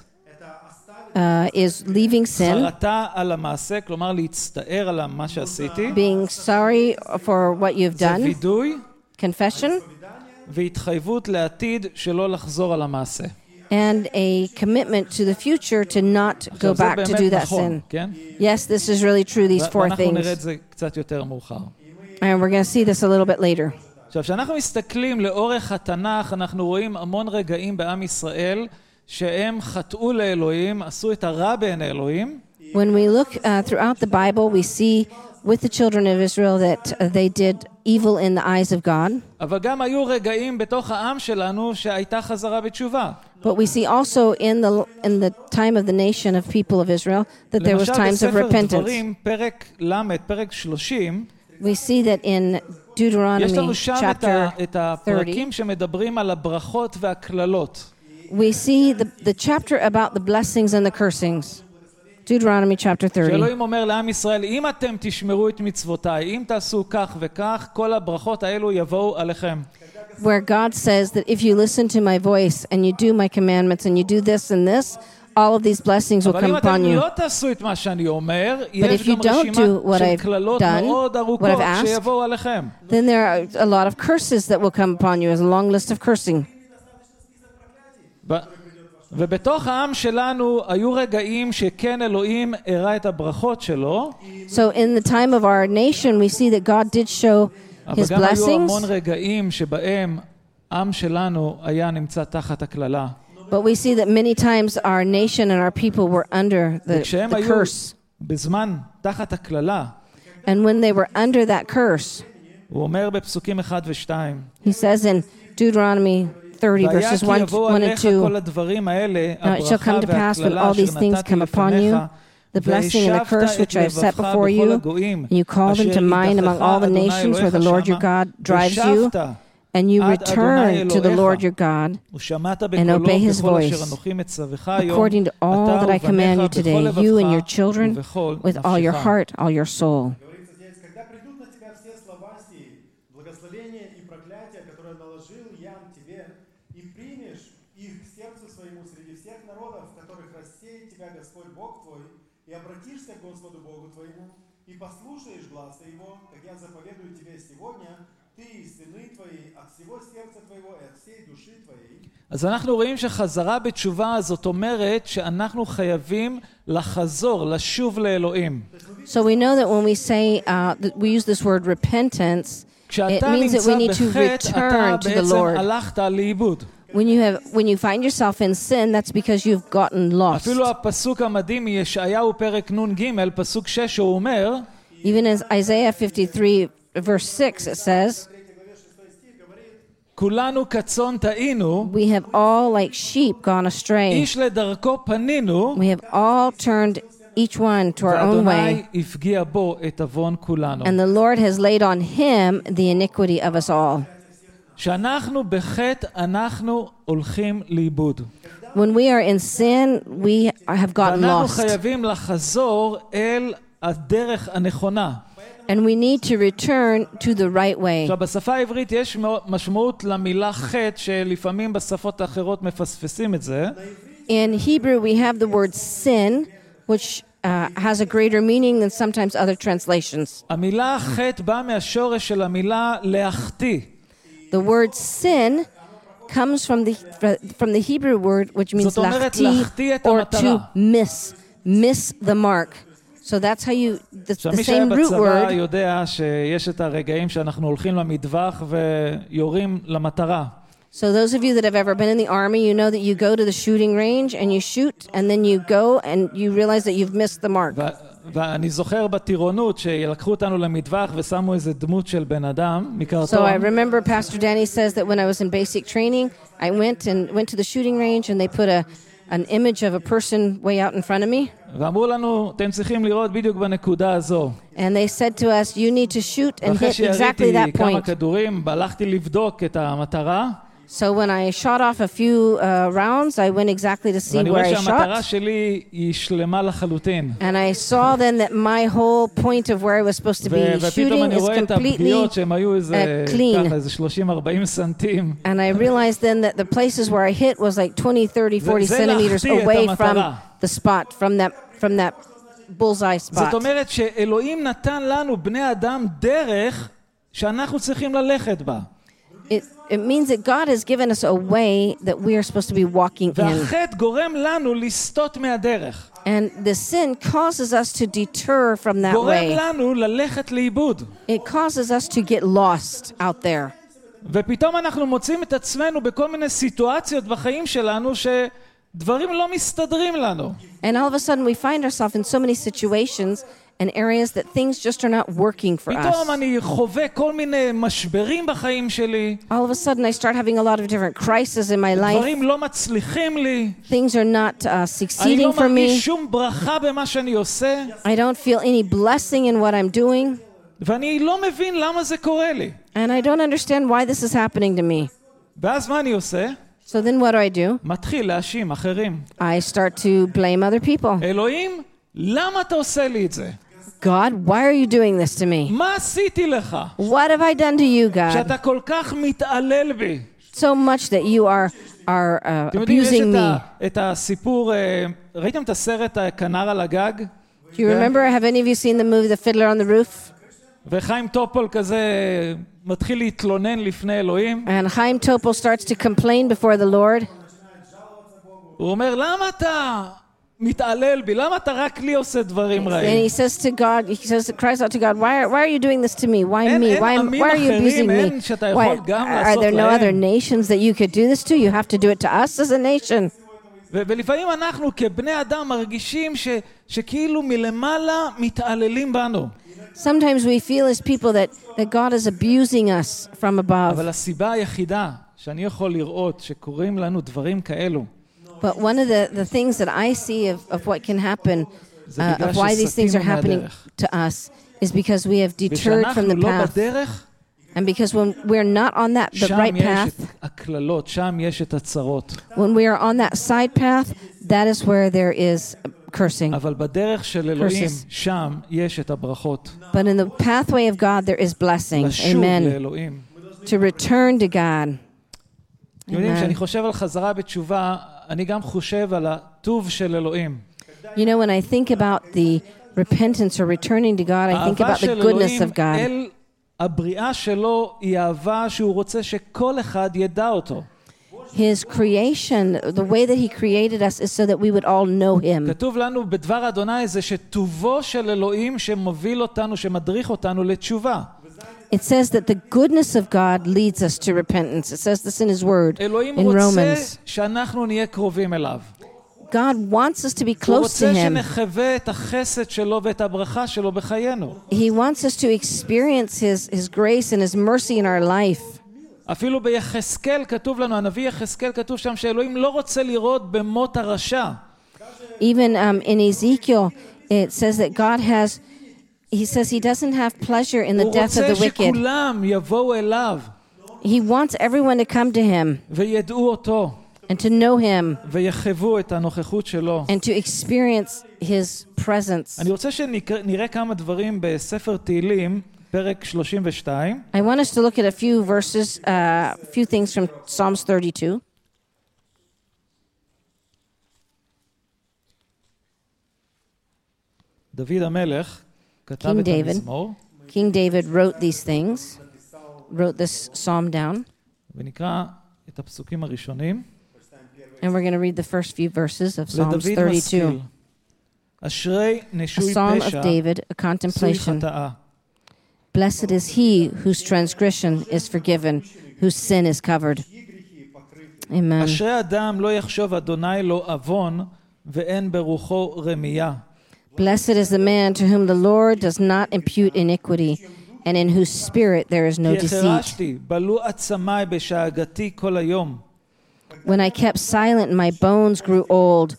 [SPEAKER 2] uh, is leaving sin,
[SPEAKER 1] חרטה על המעשה, כלומר להצטער על מה שעשיתי,
[SPEAKER 2] being sorry for what you've
[SPEAKER 1] זה
[SPEAKER 2] done,
[SPEAKER 1] וידוי
[SPEAKER 2] confession,
[SPEAKER 1] והתחייבות לעתיד שלא לחזור על המעשה.
[SPEAKER 2] and a commitment to the future to not go
[SPEAKER 1] עכשיו, זה
[SPEAKER 2] back to do
[SPEAKER 1] באמת
[SPEAKER 2] that
[SPEAKER 1] נכון,
[SPEAKER 2] sin.
[SPEAKER 1] כן?
[SPEAKER 2] Yes, this is really true, these
[SPEAKER 1] ו-
[SPEAKER 2] four
[SPEAKER 1] ואנחנו נראה את
[SPEAKER 2] things.
[SPEAKER 1] זה קצת יותר מאוחר.
[SPEAKER 2] And we're going to see this a little bit later.
[SPEAKER 1] עכשיו, כשאנחנו מסתכלים לאורך התנ"ך, אנחנו רואים המון רגעים בעם ישראל שהם חטאו לאלוהים, עשו את הרע בעיני אלוהים,
[SPEAKER 2] When we look uh, throughout the Bible, we see with the children of Israel that uh, they did evil in the eyes of God.
[SPEAKER 1] אבל גם היו רגעים בתוך העם שלנו שהייתה חזרה בתשובה.
[SPEAKER 2] But we see also in the in the time of the nation of people of Israel that there was
[SPEAKER 1] למשל,
[SPEAKER 2] times of
[SPEAKER 1] בספר
[SPEAKER 2] repentance.
[SPEAKER 1] דברים, פרק ל', פרק 30,
[SPEAKER 2] We see that in
[SPEAKER 1] יש לנו
[SPEAKER 2] Deuteronomy
[SPEAKER 1] שם את, ה,
[SPEAKER 2] chapter
[SPEAKER 1] את
[SPEAKER 2] 30.
[SPEAKER 1] הפרקים שמדברים על הברכות והקללות.
[SPEAKER 2] We see the, the chapter about the blessings and the cursings. Deuteronomy chapter 30.
[SPEAKER 1] שאלוהים אומר לעם ישראל, אם אתם תשמרו את מצוותיי, אם תעשו כך וכך, כל הברכות האלו יבואו עליכם.
[SPEAKER 2] Where God says that if you listen to my voice and you do my commandments and you do this and this, all of these blessings will
[SPEAKER 1] אבל
[SPEAKER 2] come
[SPEAKER 1] אם אתם
[SPEAKER 2] upon you.
[SPEAKER 1] לא תעשו את מה שאני אומר,
[SPEAKER 2] if
[SPEAKER 1] יש
[SPEAKER 2] you
[SPEAKER 1] גם
[SPEAKER 2] don't
[SPEAKER 1] רשימה
[SPEAKER 2] do what
[SPEAKER 1] של
[SPEAKER 2] I've
[SPEAKER 1] קללות
[SPEAKER 2] done,
[SPEAKER 1] מאוד
[SPEAKER 2] what
[SPEAKER 1] ארוכות
[SPEAKER 2] I've asked,
[SPEAKER 1] שיבואו עליכם.
[SPEAKER 2] Then there are a lot of curses that will come upon you, as a long list of cursing.
[SPEAKER 1] ו- ובתוך העם שלנו היו רגעים שכן אלוהים הראה את הברכות שלו,
[SPEAKER 2] So in the time of our nation, we see that God did show
[SPEAKER 1] אבל
[SPEAKER 2] his
[SPEAKER 1] גם היו המון
[SPEAKER 2] blessings,
[SPEAKER 1] רגעים שבהם עם שלנו היה נמצא תחת הקללה.
[SPEAKER 2] but we see that many times our nation and our people were under the,
[SPEAKER 1] וכשהם
[SPEAKER 2] the
[SPEAKER 1] היו
[SPEAKER 2] curse.
[SPEAKER 1] בזמן תחת הקללה,
[SPEAKER 2] And when they were under that curse,
[SPEAKER 1] הוא אומר בפסוקים 1 ו-2,
[SPEAKER 2] he says in Deuteronomy 30,
[SPEAKER 1] והיה
[SPEAKER 2] verses
[SPEAKER 1] כי
[SPEAKER 2] 1,
[SPEAKER 1] יבואו
[SPEAKER 2] 1 and
[SPEAKER 1] עליך
[SPEAKER 2] 2,
[SPEAKER 1] כל הדברים האלה,
[SPEAKER 2] Now it shall
[SPEAKER 1] הברכה
[SPEAKER 2] come to pass when
[SPEAKER 1] והקללה
[SPEAKER 2] all these
[SPEAKER 1] אשר
[SPEAKER 2] things
[SPEAKER 1] נתתי
[SPEAKER 2] come upon
[SPEAKER 1] לפניך,
[SPEAKER 2] you, the blessing and the curse which I have set
[SPEAKER 1] והשבת את לבבך
[SPEAKER 2] before
[SPEAKER 1] בכל
[SPEAKER 2] you,
[SPEAKER 1] הגויים,
[SPEAKER 2] and you call them
[SPEAKER 1] אשר
[SPEAKER 2] to mind among
[SPEAKER 1] ידחך
[SPEAKER 2] all the
[SPEAKER 1] אדוני
[SPEAKER 2] nations where the
[SPEAKER 1] אלוהיך
[SPEAKER 2] Lord your
[SPEAKER 1] שמה,
[SPEAKER 2] God drives you,
[SPEAKER 1] ושבת
[SPEAKER 2] and you
[SPEAKER 1] עד
[SPEAKER 2] return
[SPEAKER 1] אדוני
[SPEAKER 2] to the Lord
[SPEAKER 1] אלוהיך.
[SPEAKER 2] your God.
[SPEAKER 1] ושמעת
[SPEAKER 2] obey
[SPEAKER 1] בקולו
[SPEAKER 2] his
[SPEAKER 1] בכל אשר
[SPEAKER 2] voice,
[SPEAKER 1] אנוכי מצווך היום,
[SPEAKER 2] according to all
[SPEAKER 1] אתה
[SPEAKER 2] that I command you
[SPEAKER 1] ובניך בכל
[SPEAKER 2] today, you and your
[SPEAKER 1] לבבך
[SPEAKER 2] children,
[SPEAKER 1] ובכל
[SPEAKER 2] with all your
[SPEAKER 1] נפשך.
[SPEAKER 2] heart, all your soul.
[SPEAKER 3] Говорится здесь, когда придут на тебя все слова сии, благословения и проклятия, которые наложил я на тебе, и примешь их к сердцу своему среди всех народов, в которых рассеет тебя Господь Бог твой, и обратишься к Господу Богу твоему, и послушаешь гласа Его, как я заповедую тебе сегодня, ты и сыны твои от всего сердца твоего и от всей души твоей,
[SPEAKER 1] אז אנחנו רואים שחזרה בתשובה זאת אומרת שאנחנו חייבים לחזור, לשוב לאלוהים.
[SPEAKER 2] So we know that when we say, uh, that we use this word repentance, it
[SPEAKER 1] כשאתה
[SPEAKER 2] means that
[SPEAKER 1] נמצא
[SPEAKER 2] we need to
[SPEAKER 1] בחטא, אתה
[SPEAKER 2] return to the
[SPEAKER 1] בעצם
[SPEAKER 2] Lord.
[SPEAKER 1] הלכת לאיבוד.
[SPEAKER 2] When you have, when you find yourself in sin, that's because you've gotten lost.
[SPEAKER 1] אפילו הפסוק המדהים מישעיהו פרק נ"ג, פסוק 6, הוא אומר,
[SPEAKER 2] Even as Isaiah 53, verse 6, it says,
[SPEAKER 1] כולנו כצאן טעינו,
[SPEAKER 2] We have all, like sheep, gone astray.
[SPEAKER 1] איש לדרכו פנינו,
[SPEAKER 2] We have all turned each one to our own way,
[SPEAKER 1] ואדוני הפגיע בו את עוון כולנו.
[SPEAKER 2] and the Lord has laid on him the iniquity of us all.
[SPEAKER 1] כשאנחנו בחטא, אנחנו הולכים לאיבוד.
[SPEAKER 2] When we are in sin, we have gotten
[SPEAKER 1] אנחנו
[SPEAKER 2] lost.
[SPEAKER 1] חייבים לחזור אל הדרך הנכונה.
[SPEAKER 2] And we need to return to the right way.
[SPEAKER 1] עכשיו, בשפה העברית יש מאו- משמעות למילה חטא, שלפעמים בשפות האחרות מפספסים את זה.
[SPEAKER 2] In Hebrew, we have the word sin, which uh, has a greater meaning than sometimes other translations.
[SPEAKER 1] המילה חטא באה מהשורש של המילה להחטיא.
[SPEAKER 2] The word sin comes from the from the Hebrew word which means
[SPEAKER 1] זאת אומרת, להחטיא
[SPEAKER 2] lahti
[SPEAKER 1] את
[SPEAKER 2] or
[SPEAKER 1] המטרה.
[SPEAKER 2] to miss, miss the mark. So that's how you the,
[SPEAKER 1] עכשיו,
[SPEAKER 2] the
[SPEAKER 1] מי שהיה
[SPEAKER 2] same root
[SPEAKER 1] בצבא
[SPEAKER 2] word.
[SPEAKER 1] יודע שיש את הרגעים שאנחנו הולכים למטווח ויורים למטרה.
[SPEAKER 2] So those of you that have ever been in the army, you know that you go to the shooting range and you shoot and then you go and you realize that you've missed the mark.
[SPEAKER 1] ו- ואני זוכר בטירונות שלקחו אותנו למטווח ושמו איזה דמות של בן אדם
[SPEAKER 2] So
[SPEAKER 1] מקרטון,
[SPEAKER 2] I remember Pastor Danny says that when I was in basic training, I went and went to the shooting range and they put a an image of a person way out in front of me.
[SPEAKER 1] ואמרו לנו, אתם צריכים לראות בדיוק בנקודה הזו.
[SPEAKER 2] And they said to us, You need to shoot and
[SPEAKER 1] ואחרי
[SPEAKER 2] hit exactly
[SPEAKER 1] שיריתי
[SPEAKER 2] that
[SPEAKER 1] כמה
[SPEAKER 2] point.
[SPEAKER 1] כדורים, הלכתי לבדוק את המטרה,
[SPEAKER 2] So when I shot off a few uh, rounds, I went exactly to see
[SPEAKER 1] ואני
[SPEAKER 2] where
[SPEAKER 1] רואה
[SPEAKER 2] I
[SPEAKER 1] שהמטרה
[SPEAKER 2] shot.
[SPEAKER 1] שלי היא שלמה לחלוטין.
[SPEAKER 2] And I saw then that my whole point of where I was supposed to
[SPEAKER 1] ו-
[SPEAKER 2] be
[SPEAKER 1] ופתאום
[SPEAKER 2] shooting
[SPEAKER 1] אני
[SPEAKER 2] is
[SPEAKER 1] רואה את
[SPEAKER 2] completely.
[SPEAKER 1] הפגיעות שהם היו איזה,
[SPEAKER 2] uh, clean.
[SPEAKER 1] ככה, איזה 30-40 סנטים.
[SPEAKER 2] And I realized then that the places where I hit was like 20, 30, 40
[SPEAKER 1] זה
[SPEAKER 2] centimeters
[SPEAKER 1] להחטיא את
[SPEAKER 2] away
[SPEAKER 1] המטרה.
[SPEAKER 2] from the spot, from that, from that bullseye
[SPEAKER 1] זאת
[SPEAKER 2] spot.
[SPEAKER 1] אומרת שאלוהים נתן לנו, בני אדם, דרך שאנחנו צריכים ללכת בה.
[SPEAKER 2] It, it means that God has given us a way that we are supposed to be walking in.
[SPEAKER 1] והחטא גורם לנו לסטות מהדרך.
[SPEAKER 2] And the sin causes us to deter from that
[SPEAKER 1] גורם
[SPEAKER 2] way.
[SPEAKER 1] לנו ללכת לאיבוד.
[SPEAKER 2] It causes us to get lost out there.
[SPEAKER 1] ופתאום אנחנו מוצאים את עצמנו בכל מיני סיטואציות בחיים שלנו שדברים לא מסתדרים לנו.
[SPEAKER 2] And all of a sudden, we find ourselves in so many situations and areas that things just are not working for us.
[SPEAKER 1] פתאום אני חווה כל מיני משברים בחיים שלי,
[SPEAKER 2] All of a sudden, I start having a lot of different crises in my life.
[SPEAKER 1] דברים לא מצליחים לי,
[SPEAKER 2] Things are not uh,
[SPEAKER 1] אני
[SPEAKER 2] succeeding
[SPEAKER 1] לא
[SPEAKER 2] for me.
[SPEAKER 1] מרגיש שום ברכה במה שאני עושה,
[SPEAKER 2] I don't feel any blessing in what I'm doing.
[SPEAKER 1] ואני לא מבין למה זה קורה לי.
[SPEAKER 2] And I don't understand why this is happening to me.
[SPEAKER 1] ואז מה אני עושה?
[SPEAKER 2] So then, what do I do?
[SPEAKER 1] מתחיל להאשים אחרים.
[SPEAKER 2] I start to blame other people.
[SPEAKER 1] אלוהים, למה אתה עושה לי את זה?
[SPEAKER 2] God, why are you doing this to me?
[SPEAKER 1] מה עשיתי לך?
[SPEAKER 2] What have I done to you, God,
[SPEAKER 1] שאתה כל כך מתעלל בי.
[SPEAKER 2] so much that you are, are uh,
[SPEAKER 1] אתם יודעים, יש את,
[SPEAKER 2] abusing me?
[SPEAKER 1] ה, את הסיפור, אה, ראיתם את הסרט אה, כנר על הגג?
[SPEAKER 2] Do you remember? Have any of you seen the movie The Fiddler on the Roof?
[SPEAKER 1] וחיים טופול כזה אה, מתחיל להתלונן לפני אלוהים.
[SPEAKER 2] And Chaim Topol starts to complain before the Lord.
[SPEAKER 1] הוא אומר, למה אתה מתעלל בי? למה אתה רק לי עושה דברים
[SPEAKER 2] And
[SPEAKER 1] רעים?
[SPEAKER 2] he says to God, he says, cries out to God, why are, why are you doing this to me? Why
[SPEAKER 1] אין-
[SPEAKER 2] me?
[SPEAKER 1] אין
[SPEAKER 2] Why, am-
[SPEAKER 1] עמים
[SPEAKER 2] why are you
[SPEAKER 1] אחרים,
[SPEAKER 2] abusing
[SPEAKER 1] אין
[SPEAKER 2] me?
[SPEAKER 1] שאתה
[SPEAKER 2] Why,
[SPEAKER 1] יכול גם
[SPEAKER 2] are there
[SPEAKER 1] לעשות
[SPEAKER 2] no
[SPEAKER 1] להם?
[SPEAKER 2] other nations that you could do this to? You have to do it to us as a nation.
[SPEAKER 1] ו- ולפעמים אנחנו כבני אדם מרגישים ש- שכאילו מלמעלה מתעללים בנו.
[SPEAKER 2] Sometimes we feel as people that, that God is abusing us from above.
[SPEAKER 1] אבל הסיבה היחידה שאני יכול לראות שקורים לנו דברים כאלו,
[SPEAKER 2] But one of the, the things that I see of, of what can happen,
[SPEAKER 1] זה
[SPEAKER 2] uh,
[SPEAKER 1] בגלל
[SPEAKER 2] of why these things are
[SPEAKER 1] שסטינו
[SPEAKER 2] happening
[SPEAKER 1] מהדרך.
[SPEAKER 2] to us, is because we have deterred
[SPEAKER 1] וכשאנחנו
[SPEAKER 2] from the
[SPEAKER 1] לא
[SPEAKER 2] path.
[SPEAKER 1] בדרך,
[SPEAKER 2] And because when we're not on that the
[SPEAKER 1] שם
[SPEAKER 2] right
[SPEAKER 1] יש
[SPEAKER 2] path,
[SPEAKER 1] את הקללות, שם יש את הצרות.
[SPEAKER 2] when we are on that side path, that is where there is cursing.
[SPEAKER 1] אבל בדרך של אלוהים,
[SPEAKER 2] Curses.
[SPEAKER 1] שם יש את הברכות.
[SPEAKER 2] But in the pathway of God, there is blessing.
[SPEAKER 1] לשוב
[SPEAKER 2] Amen.
[SPEAKER 1] לאלוהים.
[SPEAKER 2] To return to God.
[SPEAKER 1] אתם יודעים,
[SPEAKER 2] Amen.
[SPEAKER 1] כשאני חושב על חזרה בתשובה, אני גם חושב על הטוב של אלוהים.
[SPEAKER 2] You know, when I think about the repentance or returning to God, I think
[SPEAKER 1] האהבה
[SPEAKER 2] about
[SPEAKER 1] של
[SPEAKER 2] the goodness
[SPEAKER 1] אלוהים
[SPEAKER 2] of God.
[SPEAKER 1] אל הבריאה שלו היא אהבה שהוא רוצה שכל אחד ידע אותו.
[SPEAKER 2] His creation, the way that He created us, is so that we would all know Him.
[SPEAKER 1] כתוב לנו בדבר אדוני זה שטובו של אלוהים שמוביל אותנו, שמדריך אותנו לתשובה.
[SPEAKER 2] It says that the goodness of God leads us to repentance. It says this in His Word
[SPEAKER 1] אלוהים
[SPEAKER 2] in
[SPEAKER 1] רוצה
[SPEAKER 2] Romans.
[SPEAKER 1] שאנחנו נהיה קרובים אליו.
[SPEAKER 2] God wants us to be
[SPEAKER 1] הוא
[SPEAKER 2] close to
[SPEAKER 1] רוצה
[SPEAKER 2] Him.
[SPEAKER 1] שנחווה את החסד שלו ואת הברכה שלו בחיינו.
[SPEAKER 2] He wants us to experience His, His grace and His mercy in our life.
[SPEAKER 1] אפילו ביחזקאל כתוב לנו, הנביא יחזקאל כתוב שם שאלוהים לא רוצה לראות במות הרשע.
[SPEAKER 2] Even um, in Ezekiel, it says that God has, He says He doesn't have pleasure in the
[SPEAKER 1] הוא
[SPEAKER 2] death of
[SPEAKER 1] רוצה
[SPEAKER 2] the wicked.
[SPEAKER 1] שכולם יבואו אליו
[SPEAKER 2] He wants everyone to come to Him
[SPEAKER 1] וידעו אותו
[SPEAKER 2] and to know Him
[SPEAKER 1] ויחוו את הנוכחות שלו.
[SPEAKER 2] and to experience His presence.
[SPEAKER 1] אני רוצה שנראה כמה דברים בספר תהילים, פרק 32.
[SPEAKER 2] I want us to look at a few verses, a uh, few things from Psalms 32.
[SPEAKER 1] דוד המלך כתב
[SPEAKER 2] King
[SPEAKER 1] את
[SPEAKER 2] David.
[SPEAKER 1] המזמור,
[SPEAKER 2] King David wrote these things, wrote this psalm down,
[SPEAKER 1] ונקרא את הפסוקים הראשונים.
[SPEAKER 2] and we're going to read the first few verses of Psalms
[SPEAKER 1] לדוד משכיל.
[SPEAKER 2] 32.
[SPEAKER 1] אשרי
[SPEAKER 2] A
[SPEAKER 1] נשוי
[SPEAKER 2] psalm of
[SPEAKER 1] פשע,
[SPEAKER 2] David, a
[SPEAKER 1] צוי
[SPEAKER 2] contemplation.
[SPEAKER 1] חטאה.
[SPEAKER 2] Blessed is he whose transgression is forgiven, whose sin is covered. Amen.
[SPEAKER 1] אשרי אדם לא יחשוב אדוני לו עוון, ואין ברוחו רמייה.
[SPEAKER 2] Blessed is the man to whom the Lord does not impute iniquity, and in whose spirit there is no
[SPEAKER 1] כי
[SPEAKER 2] לא deceit.
[SPEAKER 1] החרשתי, בלו עצמי בשאגתי כל היום.
[SPEAKER 2] When I kept silent, my bones grew old,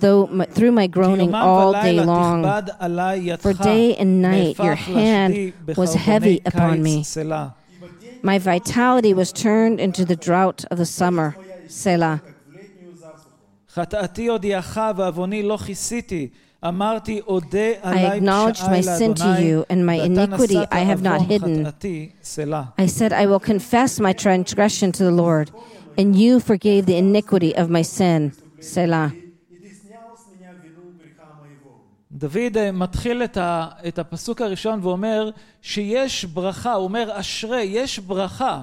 [SPEAKER 2] though my, through my
[SPEAKER 1] כי
[SPEAKER 2] groaning
[SPEAKER 1] יומם
[SPEAKER 2] all day
[SPEAKER 1] ולילה
[SPEAKER 2] long.
[SPEAKER 1] תכבד עלי ידך.
[SPEAKER 2] For day and night
[SPEAKER 1] נהפך
[SPEAKER 2] your hand
[SPEAKER 1] לשתי
[SPEAKER 2] was heavy
[SPEAKER 1] בחרבוני
[SPEAKER 2] upon
[SPEAKER 1] קיץ
[SPEAKER 2] me.
[SPEAKER 1] צלה.
[SPEAKER 2] My vitality was turned into the drought of the summer. Selah.
[SPEAKER 1] חטאתי הודיעך ועווני לא כיסיתי. אמרתי אודה
[SPEAKER 2] I
[SPEAKER 1] עלי
[SPEAKER 2] acknowledged
[SPEAKER 1] פשעי
[SPEAKER 2] my sin to
[SPEAKER 1] לאדוני,
[SPEAKER 2] you, and my
[SPEAKER 1] ואתה
[SPEAKER 2] iniquity
[SPEAKER 1] נשאת
[SPEAKER 2] I have not
[SPEAKER 1] עוון
[SPEAKER 2] hidden.
[SPEAKER 1] חטאתי סלה.
[SPEAKER 2] I said, I will confess my transgression to the Lord, and you forgave the iniquity of my sin. Selah.
[SPEAKER 3] И ты снял с меня вину греха моего.
[SPEAKER 1] דוד אה, מתחיל את, ה, את הפסוק הראשון ואומר שיש ברכה, הוא אומר אשרי, יש ברכה.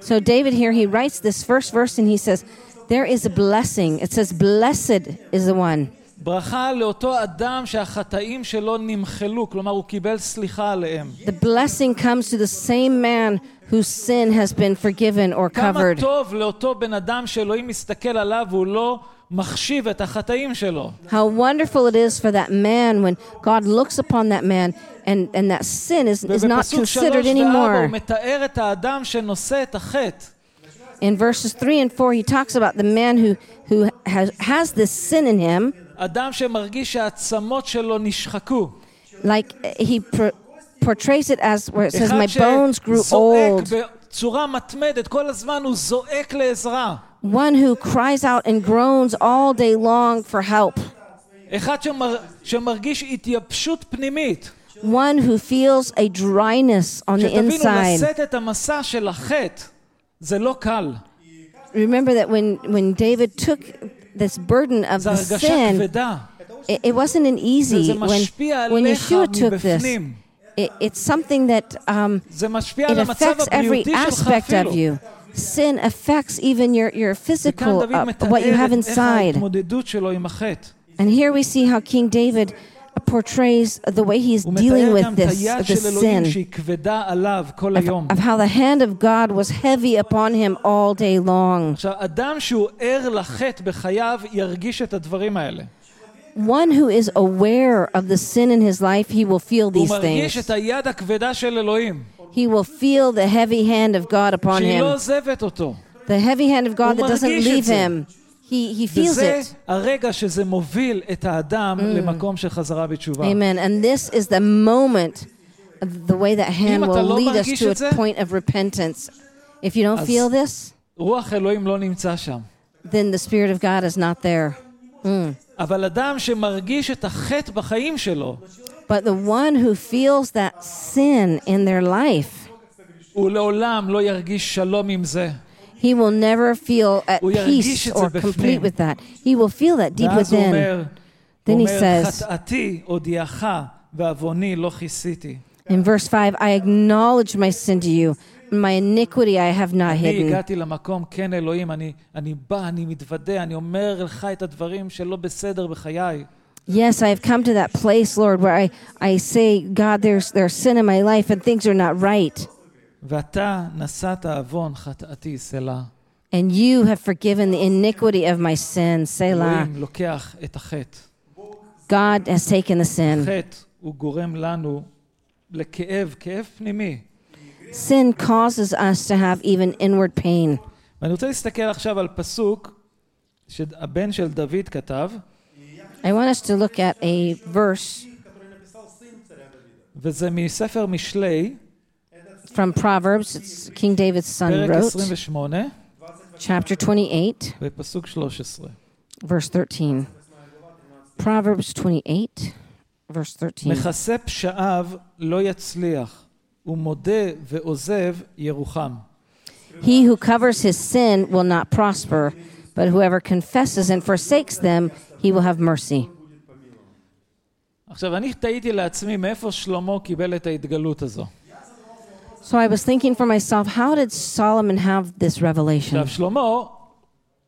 [SPEAKER 2] So David here he writes this first verse and he says, There is a blessing. It says, Blessed is the one.
[SPEAKER 1] ברכה לאותו אדם שהחטאים שלו נמחלו, כלומר הוא קיבל סליחה עליהם.
[SPEAKER 2] The blessing comes to the same man whose sin has been forgiven or
[SPEAKER 1] כמה
[SPEAKER 2] covered.
[SPEAKER 1] טוב לאותו בן אדם שאלוהים מסתכל עליו והוא לא מחשיב את החטאים שלו.
[SPEAKER 2] How wonderful it is for that man when God looks upon that man and, and that sin is, is not
[SPEAKER 1] ובפסוק שלוש
[SPEAKER 2] considered
[SPEAKER 1] וארבע הוא
[SPEAKER 2] anymore.
[SPEAKER 1] מתאר את האדם שנושא את החטא.
[SPEAKER 2] In verses 3 and 4, he talks about the man who, who has, has this sin in him,
[SPEAKER 1] אדם שמרגיש שהעצמות שלlo נשחקו.
[SPEAKER 2] like uh, he pro- portrays it as where it says,
[SPEAKER 1] אחד
[SPEAKER 2] My bones grew
[SPEAKER 1] שזועק
[SPEAKER 2] old.
[SPEAKER 1] בצורה מתמדת, כל הזמן הוא זועק לעזרה.
[SPEAKER 2] One who cries out and groans all day long for help.
[SPEAKER 1] אחד שמר, שמרגיש התייבשות פנימית.
[SPEAKER 2] One who feels a dryness on the
[SPEAKER 1] שתבינו,
[SPEAKER 2] inside.
[SPEAKER 1] לשאת את המסע של החטא זה לא קל.
[SPEAKER 2] Remember that when, when David took this burden of
[SPEAKER 1] זו
[SPEAKER 2] the
[SPEAKER 1] הרגשה
[SPEAKER 2] sin,
[SPEAKER 1] כבדה.
[SPEAKER 2] it, it wasn't an easy.
[SPEAKER 1] וזה
[SPEAKER 2] When,
[SPEAKER 1] משפיע
[SPEAKER 2] when
[SPEAKER 1] עליך
[SPEAKER 2] Yeshua took this,
[SPEAKER 1] מבפנים.
[SPEAKER 2] it, it's something that um,
[SPEAKER 1] זה משפיע
[SPEAKER 2] it
[SPEAKER 1] על המצב
[SPEAKER 2] affects every
[SPEAKER 1] הבריאותי שלך
[SPEAKER 2] aspect
[SPEAKER 1] אפילו.
[SPEAKER 2] of you. Sin affects even your, your
[SPEAKER 1] וכאן
[SPEAKER 2] physical,
[SPEAKER 1] דוד
[SPEAKER 2] uh,
[SPEAKER 1] מתאר
[SPEAKER 2] what you have
[SPEAKER 1] את איך
[SPEAKER 2] inside.
[SPEAKER 1] ההתמודדות שלו עם החטא.
[SPEAKER 2] And here we see how King David portrays the way he's
[SPEAKER 1] הוא
[SPEAKER 2] dealing
[SPEAKER 1] מתאר גם
[SPEAKER 2] with
[SPEAKER 1] את
[SPEAKER 2] this,
[SPEAKER 1] היד של
[SPEAKER 2] this
[SPEAKER 1] אלוהים
[SPEAKER 2] sin.
[SPEAKER 1] שהיא כבדה עליו כל היום.
[SPEAKER 2] of how the hand of God was heavy upon him all day long.
[SPEAKER 1] עכשיו, אדם שהוא ער לחטא בחייו ירגיש את הדברים האלה.
[SPEAKER 2] One who is aware of the sin in his life, he will feel
[SPEAKER 1] הוא
[SPEAKER 2] these
[SPEAKER 1] מרגיש
[SPEAKER 2] things.
[SPEAKER 1] את היד הכבדה של אלוהים,
[SPEAKER 2] He will feel the heavy hand of God upon
[SPEAKER 1] שהיא לא
[SPEAKER 2] him.
[SPEAKER 1] עוזבת אותו.
[SPEAKER 2] The heavy hand of God that doesn't
[SPEAKER 1] מרגיש את
[SPEAKER 2] leave
[SPEAKER 1] זה.
[SPEAKER 2] him. He, he feels
[SPEAKER 1] וזה
[SPEAKER 2] it. Mm.
[SPEAKER 1] הרגע שזה מוביל את האדם למקום של חזרה בתשובה.
[SPEAKER 2] Amen. And this is the moment, of the way that
[SPEAKER 1] אם
[SPEAKER 2] hand
[SPEAKER 1] אתה
[SPEAKER 2] will
[SPEAKER 1] לא
[SPEAKER 2] lead us
[SPEAKER 1] מרגיש
[SPEAKER 2] to
[SPEAKER 1] את זה,
[SPEAKER 2] a point of repentance. If you don't
[SPEAKER 1] אז-
[SPEAKER 2] feel this,
[SPEAKER 1] רוח אלוהים לא נמצא שם.
[SPEAKER 2] then the Spirit of God is not there.
[SPEAKER 1] אבל אדם שמרגיש את החטא בחיים שלו,
[SPEAKER 2] But the one who feels that sin in their life,
[SPEAKER 1] הוא לעולם לא ירגיש שלום עם זה.
[SPEAKER 2] He will never feel at
[SPEAKER 1] הוא ירגיש
[SPEAKER 2] peace
[SPEAKER 1] את זה
[SPEAKER 2] or
[SPEAKER 1] בפנים.
[SPEAKER 2] complete with that. He will feel that deep
[SPEAKER 1] ואז הוא
[SPEAKER 2] within.
[SPEAKER 1] אומר,
[SPEAKER 2] Then
[SPEAKER 1] הוא
[SPEAKER 2] he
[SPEAKER 1] אומר,
[SPEAKER 2] says-
[SPEAKER 1] חטאתי הודיעך ועווני לא כיסיתי.
[SPEAKER 2] In verse 5, I acknowledge my sin to you. My iniquity I have not
[SPEAKER 1] אני
[SPEAKER 2] hidden.
[SPEAKER 1] הגעתי למקום, כן אלוהים, אני, אני בא, אני מתוודה, אני אומר לך את הדברים שלא בסדר בחיי.
[SPEAKER 2] Yes, I have come to that place, Lord, where I, I say, God, there's, there's sin in my life and things are not right.
[SPEAKER 1] ואתה נשאת עוון חטאתי סלע.
[SPEAKER 2] And you have forgiven the iniquity of my sin. Selah.
[SPEAKER 1] אלוהים לוקח את החטא.
[SPEAKER 2] God has taken the sin.
[SPEAKER 1] חטא הוא גורם לנו לכאב, כאב פנימי.
[SPEAKER 2] Sin causes us to have even inward pain.
[SPEAKER 1] ואני רוצה להסתכל עכשיו על פסוק שהבן של דוד כתב,
[SPEAKER 2] I want us to look at a verse
[SPEAKER 1] וזה מספר משלי,
[SPEAKER 2] from Proverbs. It's King David's son
[SPEAKER 1] פרק
[SPEAKER 2] wrote.
[SPEAKER 1] 28
[SPEAKER 2] chapter 28,
[SPEAKER 1] ופסוק 13.
[SPEAKER 2] verse 13. Proverbs 28, verse 13.
[SPEAKER 1] מכסה פשעיו לא יצליח, ומודה ועוזב ירוחם.
[SPEAKER 2] He who covers his sin will not prosper, but whoever confesses and forsakes them, he will have mercy.
[SPEAKER 1] עכשיו, אני תהיתי לעצמי מאיפה שלמה קיבל את ההתגלות הזו.
[SPEAKER 2] So I was thinking for myself, how did Solomon have this revelation?
[SPEAKER 1] עכשיו, שלמה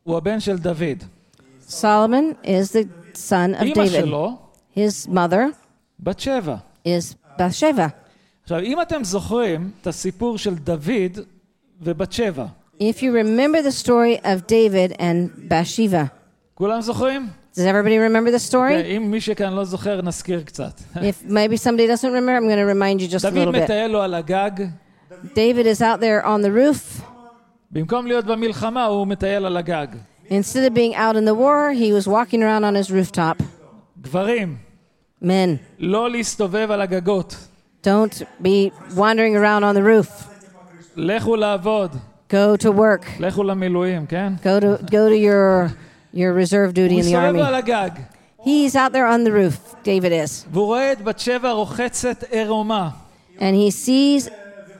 [SPEAKER 1] הוא הבן של דוד.
[SPEAKER 2] Solomon is the son of
[SPEAKER 1] אימא
[SPEAKER 2] David.
[SPEAKER 1] שלו,
[SPEAKER 2] His mother
[SPEAKER 1] בת שבע.
[SPEAKER 2] is Bathsheba.
[SPEAKER 1] עכשיו, אם אתם זוכרים את הסיפור של דוד ובת שבע,
[SPEAKER 2] If you remember the story of David and Bathsheba,
[SPEAKER 1] כולם זוכרים?
[SPEAKER 2] does everybody remember the story?
[SPEAKER 1] אם מי שכאן לא זוכר, נזכיר קצת.
[SPEAKER 2] If maybe somebody doesn't remember, I'm going to remind you just a
[SPEAKER 1] דוד
[SPEAKER 2] little bit.
[SPEAKER 1] מטייל לו על הגג,
[SPEAKER 2] David is out there on the roof.
[SPEAKER 1] במקום להיות במלחמה, הוא מטייל על הגג.
[SPEAKER 2] Instead of being out in the war, he was walking around on his rooftop.
[SPEAKER 1] גברים,
[SPEAKER 2] Men,
[SPEAKER 1] לא להסתובב על הגגות.
[SPEAKER 2] don't be wandering around on the roof.
[SPEAKER 1] לכו לעבוד,
[SPEAKER 2] Go to work.
[SPEAKER 1] לכו למילואים, כן?
[SPEAKER 2] Go to go to your your reserve duty
[SPEAKER 1] הוא
[SPEAKER 2] in the
[SPEAKER 1] מסתובב לו על
[SPEAKER 2] army.
[SPEAKER 1] הגג,
[SPEAKER 2] He's out there on the roof. David is,
[SPEAKER 1] והוא רואה את בת שבע רוחצת עירומה.
[SPEAKER 2] and he sees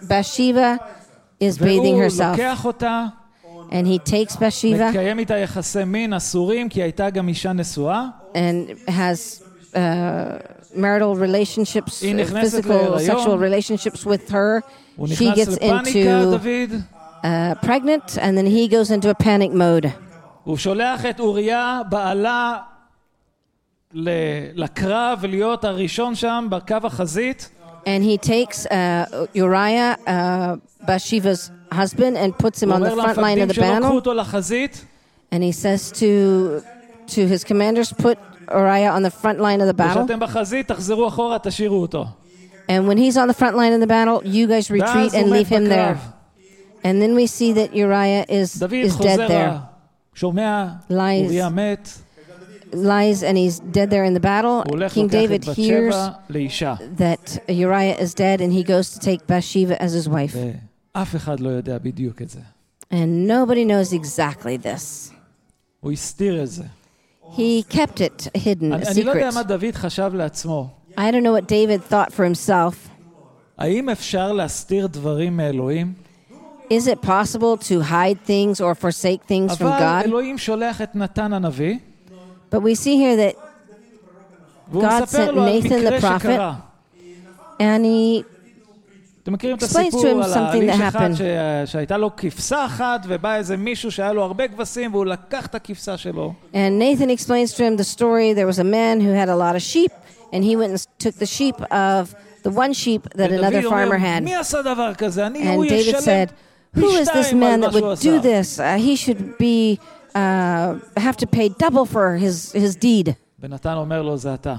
[SPEAKER 2] Bathsheba is bathing
[SPEAKER 1] והוא
[SPEAKER 2] herself,
[SPEAKER 1] לוקח אותה,
[SPEAKER 2] and he takes Bathsheba
[SPEAKER 1] מקיים איתה יחסי מין אסורים, כי הייתה גם אישה נשואה.
[SPEAKER 2] and has uh, marital relationships,
[SPEAKER 1] היא
[SPEAKER 2] uh,
[SPEAKER 1] נכנסת
[SPEAKER 2] physical,
[SPEAKER 1] להיריון.
[SPEAKER 2] sexual relationships with her.
[SPEAKER 1] הוא
[SPEAKER 2] She
[SPEAKER 1] נכנס
[SPEAKER 2] gets
[SPEAKER 1] לפאניקה,
[SPEAKER 2] into
[SPEAKER 1] דוד.
[SPEAKER 2] uh, pregnant, and then he goes into a panic mode.
[SPEAKER 1] הוא שולח את אוריה, בעלה, ל- לקרב ולהיות הראשון שם בקו החזית.
[SPEAKER 2] And he takes uh, Uriah, uh, Bathsheba's husband, and puts him
[SPEAKER 1] הוא
[SPEAKER 2] on the
[SPEAKER 1] אומר
[SPEAKER 2] front line of
[SPEAKER 1] למפקדים
[SPEAKER 2] the
[SPEAKER 1] שלו, קחו
[SPEAKER 2] battle.
[SPEAKER 1] אותו לחזית,
[SPEAKER 2] And he says to to his commanders, "Put Uriah on the front line of the battle."
[SPEAKER 1] וכשאתם בחזית, תחזרו אחורה, תשאירו אותו.
[SPEAKER 2] And when he's on the front line of the battle, you guys retreat
[SPEAKER 1] ואז הוא
[SPEAKER 2] and
[SPEAKER 1] מת
[SPEAKER 2] leave him there.
[SPEAKER 1] בקרב.
[SPEAKER 2] And then we see that Uriah is
[SPEAKER 1] דוד
[SPEAKER 2] is
[SPEAKER 1] חוזר,
[SPEAKER 2] dead there,
[SPEAKER 1] שומע,
[SPEAKER 2] Lies.
[SPEAKER 1] אוריה מת,
[SPEAKER 2] lies, and he's dead there in the battle.
[SPEAKER 1] הוא הולך
[SPEAKER 2] King
[SPEAKER 1] לוקח
[SPEAKER 2] David
[SPEAKER 1] את בת שבע
[SPEAKER 2] hears
[SPEAKER 1] לאישה.
[SPEAKER 2] that Uriah is dead, and he goes to take Bathsheba as his wife.
[SPEAKER 1] ואף אחד לא יודע בדיוק את זה.
[SPEAKER 2] And nobody knows exactly this.
[SPEAKER 1] הוא הסתיר את זה.
[SPEAKER 2] He kept it hidden,
[SPEAKER 1] אני
[SPEAKER 2] a
[SPEAKER 1] אני לא יודע
[SPEAKER 2] secret.
[SPEAKER 1] מה דוד חשב לעצמו.
[SPEAKER 2] I don't know what David thought for himself.
[SPEAKER 1] האם אפשר להסתיר דברים מאלוהים?
[SPEAKER 2] Is it possible to hide things or forsake things from
[SPEAKER 1] אבל
[SPEAKER 2] God?
[SPEAKER 1] אלוהים שולח את נתן הנביא,
[SPEAKER 2] But we see here that
[SPEAKER 1] והוא
[SPEAKER 2] God
[SPEAKER 1] מספר
[SPEAKER 2] sent
[SPEAKER 1] לו על
[SPEAKER 2] Nathan the
[SPEAKER 1] מקרה
[SPEAKER 2] prophet.
[SPEAKER 1] שקרה.
[SPEAKER 2] Annie
[SPEAKER 1] אתם מכירים את
[SPEAKER 2] explains to
[SPEAKER 1] הסיפור
[SPEAKER 2] him
[SPEAKER 1] על
[SPEAKER 2] something
[SPEAKER 1] האיש
[SPEAKER 2] that
[SPEAKER 1] אחד
[SPEAKER 2] happened.
[SPEAKER 1] ש- שהייתה לו כבשה אחת, ובא איזה מישהו שהיה לו הרבה כבשים, והוא לקח את הכבשה שלו,
[SPEAKER 2] and Nathan explains to him the story. There was a man who had a lot of sheep, and he went and took the sheep of the one sheep that another
[SPEAKER 1] ודוד
[SPEAKER 2] farmer
[SPEAKER 1] אומר,
[SPEAKER 2] had.
[SPEAKER 1] מי עשה דבר כזה? אני, הוא
[SPEAKER 2] And David
[SPEAKER 1] ישלם
[SPEAKER 2] said,
[SPEAKER 1] פי
[SPEAKER 2] "Who is this
[SPEAKER 1] שתיים על
[SPEAKER 2] man
[SPEAKER 1] מה
[SPEAKER 2] that
[SPEAKER 1] שהוא
[SPEAKER 2] would do
[SPEAKER 1] עשה.
[SPEAKER 2] this? Uh, he should be uh, have to pay double for his his deed."
[SPEAKER 1] ונתן אומר לו, זה אתה.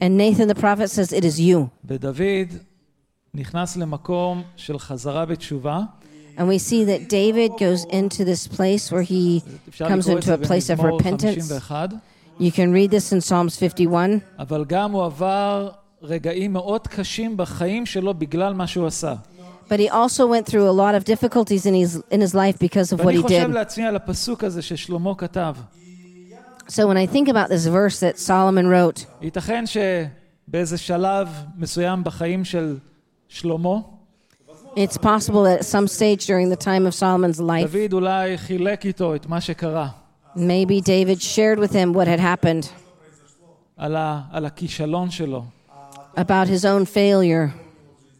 [SPEAKER 2] And Nathan the prophet says, "It is you."
[SPEAKER 1] ודוד נכנס למקום של חזרה בתשובה.
[SPEAKER 2] And we see that David goes into this place where he
[SPEAKER 1] אפשר
[SPEAKER 2] comes
[SPEAKER 1] לקרוא את
[SPEAKER 2] into
[SPEAKER 1] זה
[SPEAKER 2] a place of
[SPEAKER 1] במזמור
[SPEAKER 2] repentance.
[SPEAKER 1] 51,
[SPEAKER 2] You can read this in Psalms 51.
[SPEAKER 1] אבל גם הוא עבר רגעים מאוד קשים בחיים שלו בגלל מה שהוא עשה.
[SPEAKER 2] But he also went through a lot of difficulties in his in his life because of what
[SPEAKER 1] ואני
[SPEAKER 2] he
[SPEAKER 1] חושב
[SPEAKER 2] did.
[SPEAKER 1] לעצמי על הפסוק הזה ששלמה כתב.
[SPEAKER 2] So when I think about this verse that Solomon wrote,
[SPEAKER 1] ייתכן שבאיזה שלב מסוים בחיים של שלמה,
[SPEAKER 2] it's possible that at some stage during the time of Solomon's life,
[SPEAKER 1] דוד אולי חילק איתו את מה שקרה,
[SPEAKER 2] maybe David shared with him what had happened
[SPEAKER 1] על, ה, על הכישלון שלו,
[SPEAKER 2] about his own failure.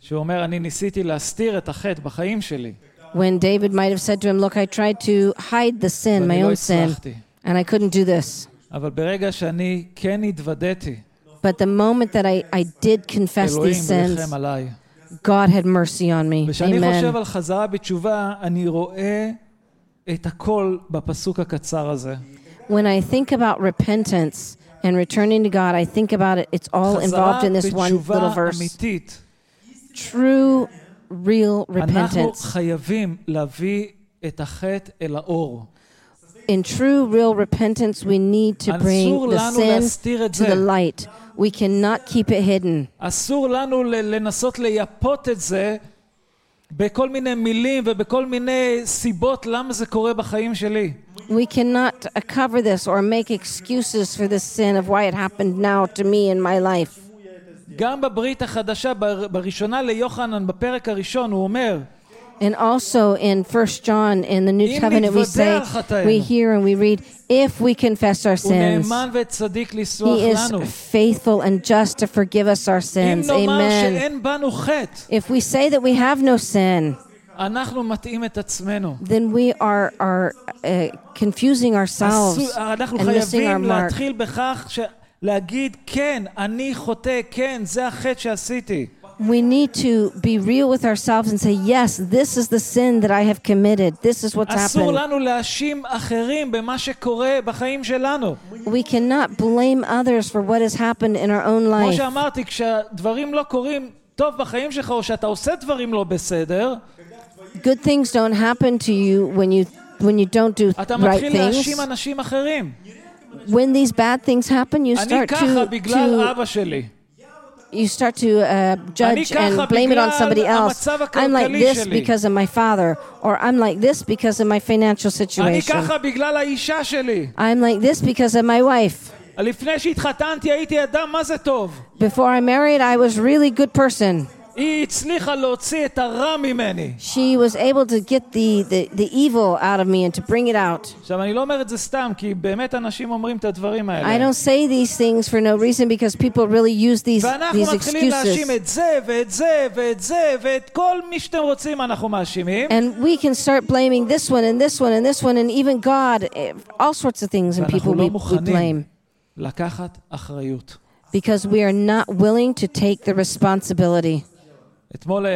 [SPEAKER 1] שהוא אומר, אני ניסיתי להסתיר את החטא בחיים שלי,
[SPEAKER 2] When David might have said to him, "Look, I tried to hide the sin, my
[SPEAKER 1] ואני לא
[SPEAKER 2] own sin,
[SPEAKER 1] הצלחתי.
[SPEAKER 2] and I couldn't do this."
[SPEAKER 1] אבל ברגע שאני כן התוודעתי,
[SPEAKER 2] But the moment that I, I did confess
[SPEAKER 1] אלוהים
[SPEAKER 2] these sins,
[SPEAKER 1] ריחם עליי.
[SPEAKER 2] God had mercy on me.
[SPEAKER 1] וכשאני חושב
[SPEAKER 2] Amen.
[SPEAKER 1] על חזרה בתשובה, אני רואה את הכל בפסוק הקצר הזה.
[SPEAKER 2] When I think about repentance and returning to God, I think about it. It's
[SPEAKER 1] חזרה
[SPEAKER 2] all involved in this one little
[SPEAKER 1] בתשובה
[SPEAKER 2] verse.
[SPEAKER 1] אמיתית.
[SPEAKER 2] True, real
[SPEAKER 1] אנחנו
[SPEAKER 2] repentance.
[SPEAKER 1] חייבים להביא את החטא אל האור.
[SPEAKER 2] In true, real repentance, we need to
[SPEAKER 1] אסור
[SPEAKER 2] bring the
[SPEAKER 1] לנו
[SPEAKER 2] sin
[SPEAKER 1] להסתיר את
[SPEAKER 2] to
[SPEAKER 1] זה.
[SPEAKER 2] the light. We cannot keep it hidden.
[SPEAKER 1] אסור לנו ל- לנסות לייפות את זה בכל מיני מילים ובכל מיני סיבות למה זה קורה בחיים שלי.
[SPEAKER 2] We cannot uh, cover this or make excuses for this sin of why it happened now to me in my life.
[SPEAKER 1] גם בברית החדשה, בר- בראשונה ליוחנן, בפרק הראשון, הוא אומר,
[SPEAKER 2] And also in First John in the New
[SPEAKER 1] אם
[SPEAKER 2] Covenant, we say,
[SPEAKER 1] נתוודע חטאינו.
[SPEAKER 2] we hear and we read, if we confess our
[SPEAKER 1] הוא
[SPEAKER 2] sins,
[SPEAKER 1] נאמן וצדיק לסלוח
[SPEAKER 2] He
[SPEAKER 1] לנו.
[SPEAKER 2] is faithful and just to forgive us our
[SPEAKER 1] אם
[SPEAKER 2] sins.
[SPEAKER 1] נאמר שאין
[SPEAKER 2] Amen.
[SPEAKER 1] בנו חטא,
[SPEAKER 2] If we say that we have no sin,
[SPEAKER 1] אנחנו מטעים את עצמנו.
[SPEAKER 2] then we are, are uh, confusing ourselves
[SPEAKER 1] עשו- אנחנו
[SPEAKER 2] and missing our
[SPEAKER 1] חייבים
[SPEAKER 2] mark.
[SPEAKER 1] להתחיל בכך ש... להגיד, כן, אני חוטא, כן, זה החטא שעשיתי.
[SPEAKER 2] We need to be real with ourselves and say, yes, this is the sin that I have committed. This is what's
[SPEAKER 1] אסור
[SPEAKER 2] happened.
[SPEAKER 1] לנו להאשים אחרים במה שקורה בחיים שלנו.
[SPEAKER 2] We cannot blame others for what has happened in our own
[SPEAKER 1] כמו
[SPEAKER 2] life.
[SPEAKER 1] שאמרתי, כשהדברים לא קורים טוב בחיים שלך, או שאתה עושה דברים לא בסדר,
[SPEAKER 2] Good things don't happen to you when you when you don't do
[SPEAKER 1] אתה
[SPEAKER 2] right
[SPEAKER 1] מתחיל
[SPEAKER 2] things.
[SPEAKER 1] להאשים אנשים אחרים.
[SPEAKER 2] When these bad things happen, you
[SPEAKER 1] אני
[SPEAKER 2] start
[SPEAKER 1] ככה
[SPEAKER 2] to,
[SPEAKER 1] בגלל
[SPEAKER 2] to
[SPEAKER 1] אבא שלי.
[SPEAKER 2] you start to uh, judge
[SPEAKER 1] אני ככה
[SPEAKER 2] and blame it on
[SPEAKER 1] בגלל
[SPEAKER 2] somebody else.
[SPEAKER 1] המצב
[SPEAKER 2] I'm like
[SPEAKER 1] הכלכלי
[SPEAKER 2] this
[SPEAKER 1] שלי.
[SPEAKER 2] because of my father, or I'm like this because of my financial
[SPEAKER 1] אני
[SPEAKER 2] situation.
[SPEAKER 1] ככה בגלל האישה שלי.
[SPEAKER 2] I'm like this because of my wife.
[SPEAKER 1] לפני שהתחתנתי הייתי אדם מה זה טוב.
[SPEAKER 2] Before I married, I was really good person.
[SPEAKER 1] היא הצליחה להוציא את הרע ממני.
[SPEAKER 2] She was able to get the, the, the evil out of me and to bring it out.
[SPEAKER 1] עכשיו, אני לא אומר את זה סתם, כי באמת אנשים אומרים את הדברים
[SPEAKER 2] I
[SPEAKER 1] האלה.
[SPEAKER 2] don't say these things for no reason because people really use these,
[SPEAKER 1] ואנחנו
[SPEAKER 2] these
[SPEAKER 1] מתחילים להאשים
[SPEAKER 2] excuses.
[SPEAKER 1] את זה, ואת זה, ואת זה, ואת כל מי שאתם רוצים אנחנו מאשימים.
[SPEAKER 2] And we can start blaming this one and this one and this one and even God, eh, all sorts of things and people
[SPEAKER 1] ואנחנו
[SPEAKER 2] we,
[SPEAKER 1] לא
[SPEAKER 2] we
[SPEAKER 1] מוכנים
[SPEAKER 2] blame
[SPEAKER 1] לקחת אחריות.
[SPEAKER 2] because we are not willing to take the responsibility.
[SPEAKER 1] אתמול אה,